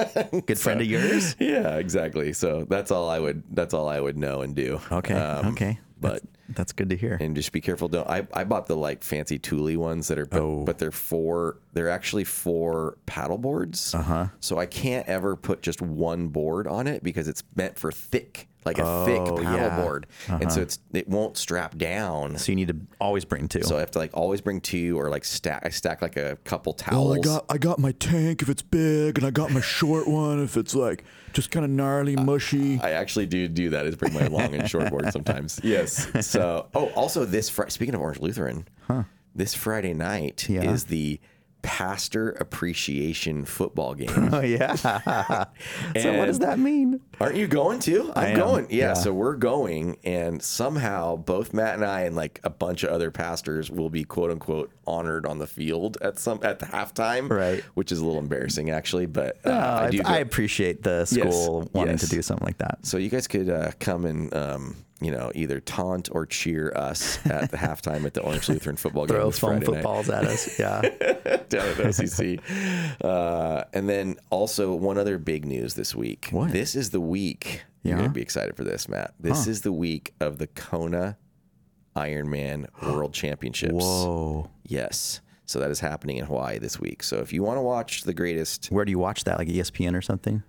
Speaker 3: good friend of yours.
Speaker 2: Yeah, exactly. So that's all I would. That's all I would know and do.
Speaker 3: Okay,
Speaker 2: Um,
Speaker 3: okay,
Speaker 2: But
Speaker 3: that's, that's good to hear.
Speaker 2: and just be careful. Don't I, I bought the like fancy Thule ones that are but,
Speaker 3: Oh.
Speaker 2: but they're four they're actually four paddle boards. Uh-huh. So I can't ever put just one board on it because it's meant for thick like a thick
Speaker 3: Oh,
Speaker 2: paddle
Speaker 3: yeah. Uh-huh.
Speaker 2: board, and so it's it won't strap down.
Speaker 3: So you need to always bring two.
Speaker 2: So I have to like always bring two or like stack. I stack like a couple
Speaker 3: Oh
Speaker 2: towels.
Speaker 4: Well, I got I got my tank if it's big, and I got my short one if it's like just kind of gnarly, mushy.
Speaker 2: I actually do do that. Is bring my long and short board sometimes. Yes. So, oh, also this Fri speaking of Orange Lutheran, this Friday night
Speaker 3: Yeah.
Speaker 2: is the pastor appreciation football game.
Speaker 3: oh yeah. so what does
Speaker 2: And-
Speaker 3: that mean?
Speaker 2: Aren't you going too? I'm
Speaker 3: am,
Speaker 2: going. Yeah,
Speaker 3: yeah.
Speaker 2: So we're going, and somehow both Matt and I and like a bunch of other pastors will be quote unquote honored on the field at some at the halftime.
Speaker 3: Right.
Speaker 2: Which is a little embarrassing actually, but uh,
Speaker 3: Uh,
Speaker 2: I
Speaker 3: I,
Speaker 2: do.
Speaker 3: I
Speaker 2: go.
Speaker 3: appreciate the school wanting to
Speaker 2: yes.
Speaker 3: do something like that.
Speaker 2: So you guys could uh, come and um, you know either taunt or cheer us at the halftime at the Orange Lutheran football game.
Speaker 3: Throw
Speaker 2: this
Speaker 3: foam
Speaker 2: Friday night
Speaker 3: footballs at us. Yeah.
Speaker 2: down at OCC. Uh, and then also one other big news this week.
Speaker 3: What?
Speaker 2: This is the week. You're
Speaker 3: Yeah.
Speaker 2: going to be excited for this, Matt. This is the week of the Kona Ironman World Championships.
Speaker 3: Whoa.
Speaker 2: Yes. So that is happening in Hawaii this week. So if you want to watch the greatest,
Speaker 3: Where do you watch that? Like E ESPN or something?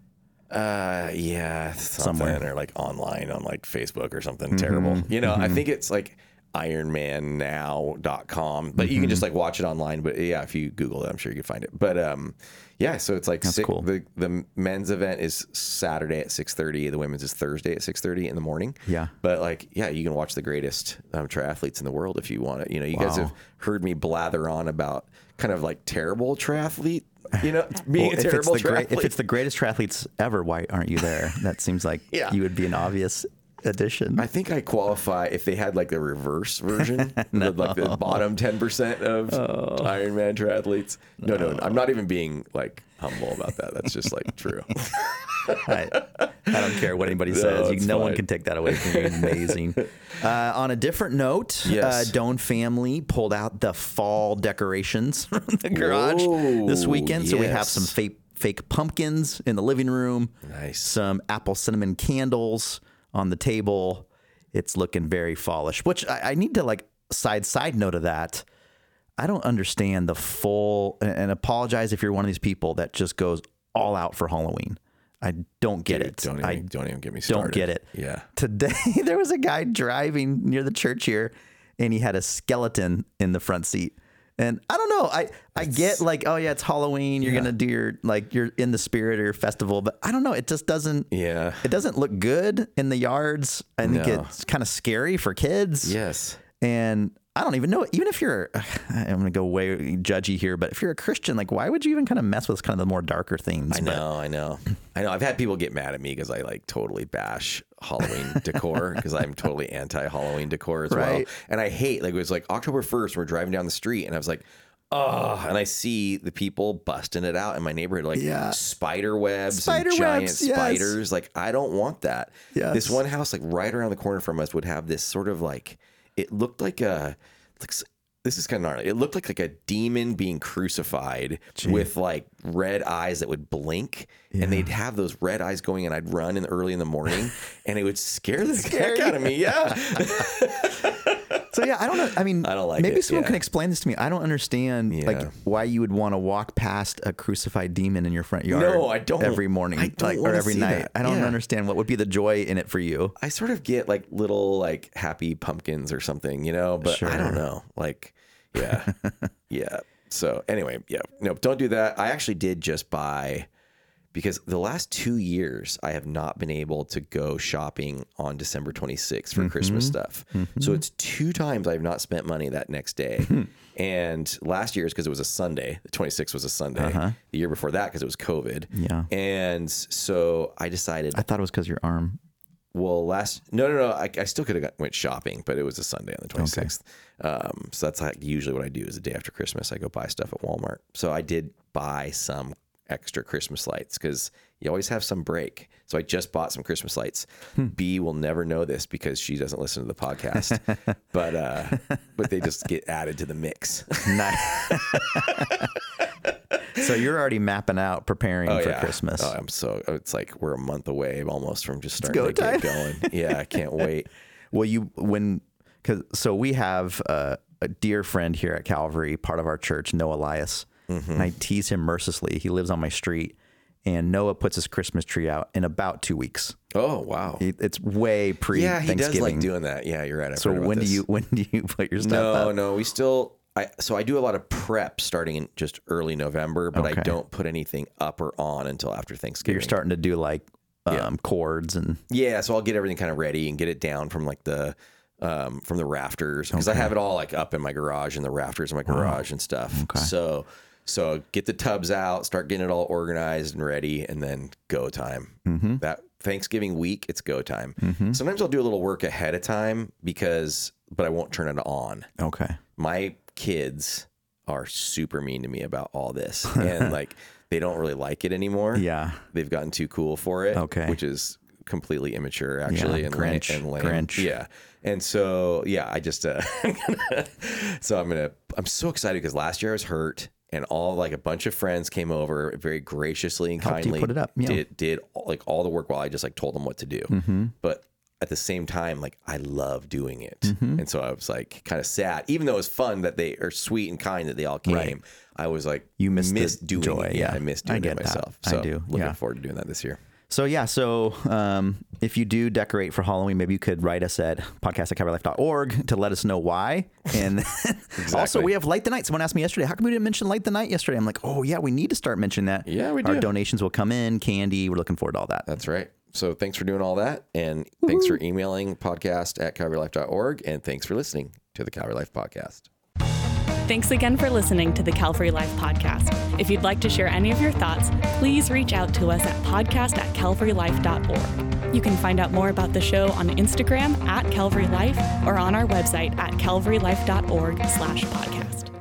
Speaker 2: uh, yeah, something,
Speaker 3: Somewhere. Mm-hmm.
Speaker 2: or like online on like Facebook or something terrible. You know, I think it's like ironmannow.com but
Speaker 3: Mm-hmm.
Speaker 2: you can just like watch it online but yeah if you google it i'm sure you can find it but um yeah so it's like six,
Speaker 3: cool.
Speaker 2: the the men's event is saturday at 6:30 the women's is thursday at 6:30 in the morning
Speaker 3: Yeah.
Speaker 2: but like yeah you can watch the greatest um, triathletes in the world if you want it you know you guys have heard me blather on about kind of like terrible triathlete you know being
Speaker 3: Well,
Speaker 2: a terrible
Speaker 3: it's the great-
Speaker 2: triathlete
Speaker 3: if it's the greatest triathletes ever, why aren't you there? That seems like
Speaker 2: Yeah.
Speaker 3: you would be an obvious addition.
Speaker 2: I think I qualify if they had like the reverse version, the, like the bottom ten percent of
Speaker 3: Oh.
Speaker 2: Ironman triathletes. No, no, no, I'm not even being like humble about that. That's just like true.
Speaker 3: I, I don't care what anybody
Speaker 2: No,
Speaker 3: says. You,
Speaker 2: it's
Speaker 3: no one
Speaker 2: fine.
Speaker 3: can take that away from you. Amazing. Uh, on a different note,
Speaker 2: Yes.
Speaker 3: uh, Doan family pulled out the fall decorations from the garage
Speaker 2: Whoa,
Speaker 3: this weekend. So we have
Speaker 2: yes.
Speaker 3: some fake fake pumpkins in the living room.
Speaker 2: Nice.
Speaker 3: Some apple cinnamon candles on the table. It's looking very fallish. Which I, I need to like side side note of that. I don't understand the full and, and apologize if you're one of these people that just goes all out for Halloween. I don't get it.
Speaker 2: Don't even,
Speaker 3: I
Speaker 2: don't even get me started.
Speaker 3: don't get it.
Speaker 2: Yeah.
Speaker 3: Today there was a guy driving near the church here and he had a skeleton in the front seat. And I don't know. I I get like, oh yeah, it's Halloween, you're gonna do your like you're in the spirit or your festival, but I don't know, it just doesn't
Speaker 2: Yeah.
Speaker 3: it doesn't look good in the yards. I think
Speaker 2: No.
Speaker 3: it's kind of scary for kids.
Speaker 2: Yes.
Speaker 3: And I don't even know. Even if you're, I'm gonna go way judgy here, but if you're a Christian, like, why would you even kind of mess with kind of the more darker things?
Speaker 2: I know, I know, I know. I've had people get mad at me because I like totally bash Halloween decor because I'm totally anti Halloween decor as well.
Speaker 3: Right.
Speaker 2: And I hate like it was like October first, we're driving down the street, and I was like. Oh, and I see the people busting it out in my neighborhood, like
Speaker 3: Yeah.
Speaker 2: spider webs
Speaker 3: Spider
Speaker 2: and giant
Speaker 3: webs, yes.
Speaker 2: spiders. Like, I don't want that. This
Speaker 3: Yes.
Speaker 2: one house, like right around the corner from us, would have this sort of like it looked like a like s- this is kind of gnarly. It looked like like a demon being crucified with like red eyes that would blink, and they'd have those red eyes going, and I'd run in the early in the morning, and it would scare the heck out of me. Yeah,
Speaker 3: So yeah, I don't know. I mean,
Speaker 2: I don't like
Speaker 3: maybe
Speaker 2: it,
Speaker 3: someone
Speaker 2: yeah.
Speaker 3: can explain this to me. I don't understand
Speaker 2: Yeah.
Speaker 3: like why you would want to walk past a crucified demon in your front yard.
Speaker 2: No, I don't.
Speaker 3: Every morning,
Speaker 2: I don't
Speaker 3: like, or
Speaker 2: wanna
Speaker 3: every
Speaker 2: see
Speaker 3: night.
Speaker 2: that.
Speaker 3: I don't
Speaker 2: Yeah.
Speaker 3: understand what would be the joy in it for you.
Speaker 2: I sort of get like little like happy pumpkins or something, you know, but I
Speaker 3: Sure.
Speaker 2: don't know. Like, yeah, yeah. So anyway, yeah, no, don't do that. I actually did just buy because the last two years I have not been able to go shopping on December 26th for
Speaker 3: Mm-hmm.
Speaker 2: Christmas stuff. So it's two times I've not spent money that next day. and last year's because it was a Sunday. The 26th was a Sunday. The year before that because it was COVID.
Speaker 3: Uh-huh. Yeah.
Speaker 2: And so I decided
Speaker 3: I thought it was because your arm.
Speaker 2: well, last no, no, no. I, I still could have got, went shopping, but it was a Sunday on the twenty sixth. Um, so that's like usually what I do is the day after Christmas. I go buy stuff at Walmart. So I did buy some extra Christmas lights because you always have some break. So I just bought some Christmas lights. B will never know this because she doesn't listen to the podcast, but uh, but they just get added to the mix.
Speaker 3: Nice. so you're already mapping out, preparing for
Speaker 2: yeah.
Speaker 3: Christmas.
Speaker 2: Oh, I'm so it's like we're a month away almost from just starting
Speaker 3: go
Speaker 2: to get going. Yeah, I can't wait.
Speaker 3: Well, you when because so we have uh, a dear friend here
Speaker 2: Mm-hmm.
Speaker 3: at Calvary, part of our church, Noah Elias, and I tease him mercilessly. He lives on my street, and Noah puts his Christmas tree out in about two weeks.
Speaker 2: Oh wow.
Speaker 3: It- It's way pre
Speaker 2: yeah, he does
Speaker 3: Thanksgiving.
Speaker 2: like doing that. Yeah, you're right. I've
Speaker 3: so
Speaker 2: heard about
Speaker 3: when do
Speaker 2: this.
Speaker 3: you when do you put your stuff
Speaker 2: No,
Speaker 3: up?
Speaker 2: no, we still. I so I do a lot of prep starting in just early November, but
Speaker 3: Okay.
Speaker 2: I don't put anything up or on until after Thanksgiving.
Speaker 3: You're starting to do like um, chords and
Speaker 2: Yeah, so I'll get everything kind of ready and get it down from like the um from the rafters because I have it all like up in my garage and the rafters in my garage and stuff. So so get the tubs out, start getting it all organized and ready, and then go time. That Thanksgiving week, it's go time. Sometimes I'll do a little work ahead of time because, but I won't turn it on
Speaker 3: okay.
Speaker 2: my kids are super mean to me about all this and like they don't really like it anymore
Speaker 3: Yeah.
Speaker 2: they've gotten too cool for it
Speaker 3: Okay.
Speaker 2: which is completely immature actually and, la-
Speaker 3: Grinch,
Speaker 2: and lame.
Speaker 3: Grinch.
Speaker 2: yeah and so yeah i just uh so i'm gonna i'm so excited because last year i was hurt and all like a bunch of friends came over very graciously and
Speaker 3: Helped you
Speaker 2: kindly
Speaker 3: put it up, yeah. Mm-hmm.
Speaker 2: did did all, like all the work while i just like told them what to do but at the same time, like I love doing it.
Speaker 3: Mm-hmm.
Speaker 2: And so I was like kind of sad, even though it was fun that they are sweet and kind that they all came. I was like,
Speaker 3: You missed the
Speaker 2: missed doing
Speaker 3: joy,
Speaker 2: it.
Speaker 3: yeah.
Speaker 2: I missed
Speaker 3: I
Speaker 2: doing
Speaker 3: get
Speaker 2: it
Speaker 3: that.
Speaker 2: myself.
Speaker 3: I
Speaker 2: So
Speaker 3: do,
Speaker 2: Looking
Speaker 3: yeah.
Speaker 2: forward to doing that this year.
Speaker 3: So yeah, so um, if you do decorate for Halloween, maybe you could write us at podcast at coverlife.org to let us know why. And also we have Light the Night. Someone asked me yesterday, how come we didn't mention Light the Night yesterday? I'm like, oh yeah, we need to start mentioning that.
Speaker 2: Yeah, we
Speaker 3: Our
Speaker 2: do.
Speaker 3: donations will come in, candy. We're looking forward to all that.
Speaker 2: That's right. So thanks for doing all that. And thanks for emailing podcast at calvarylife.org. And thanks for listening to the Calvary Life Podcast.
Speaker 1: Thanks again for listening to the Calvary Life Podcast. If you'd like to share any of your thoughts, please reach out to us at podcast at calvarylife.org. You can find out more about the show on Instagram at Calvary Life or on our website at calvarylife.org slash podcast.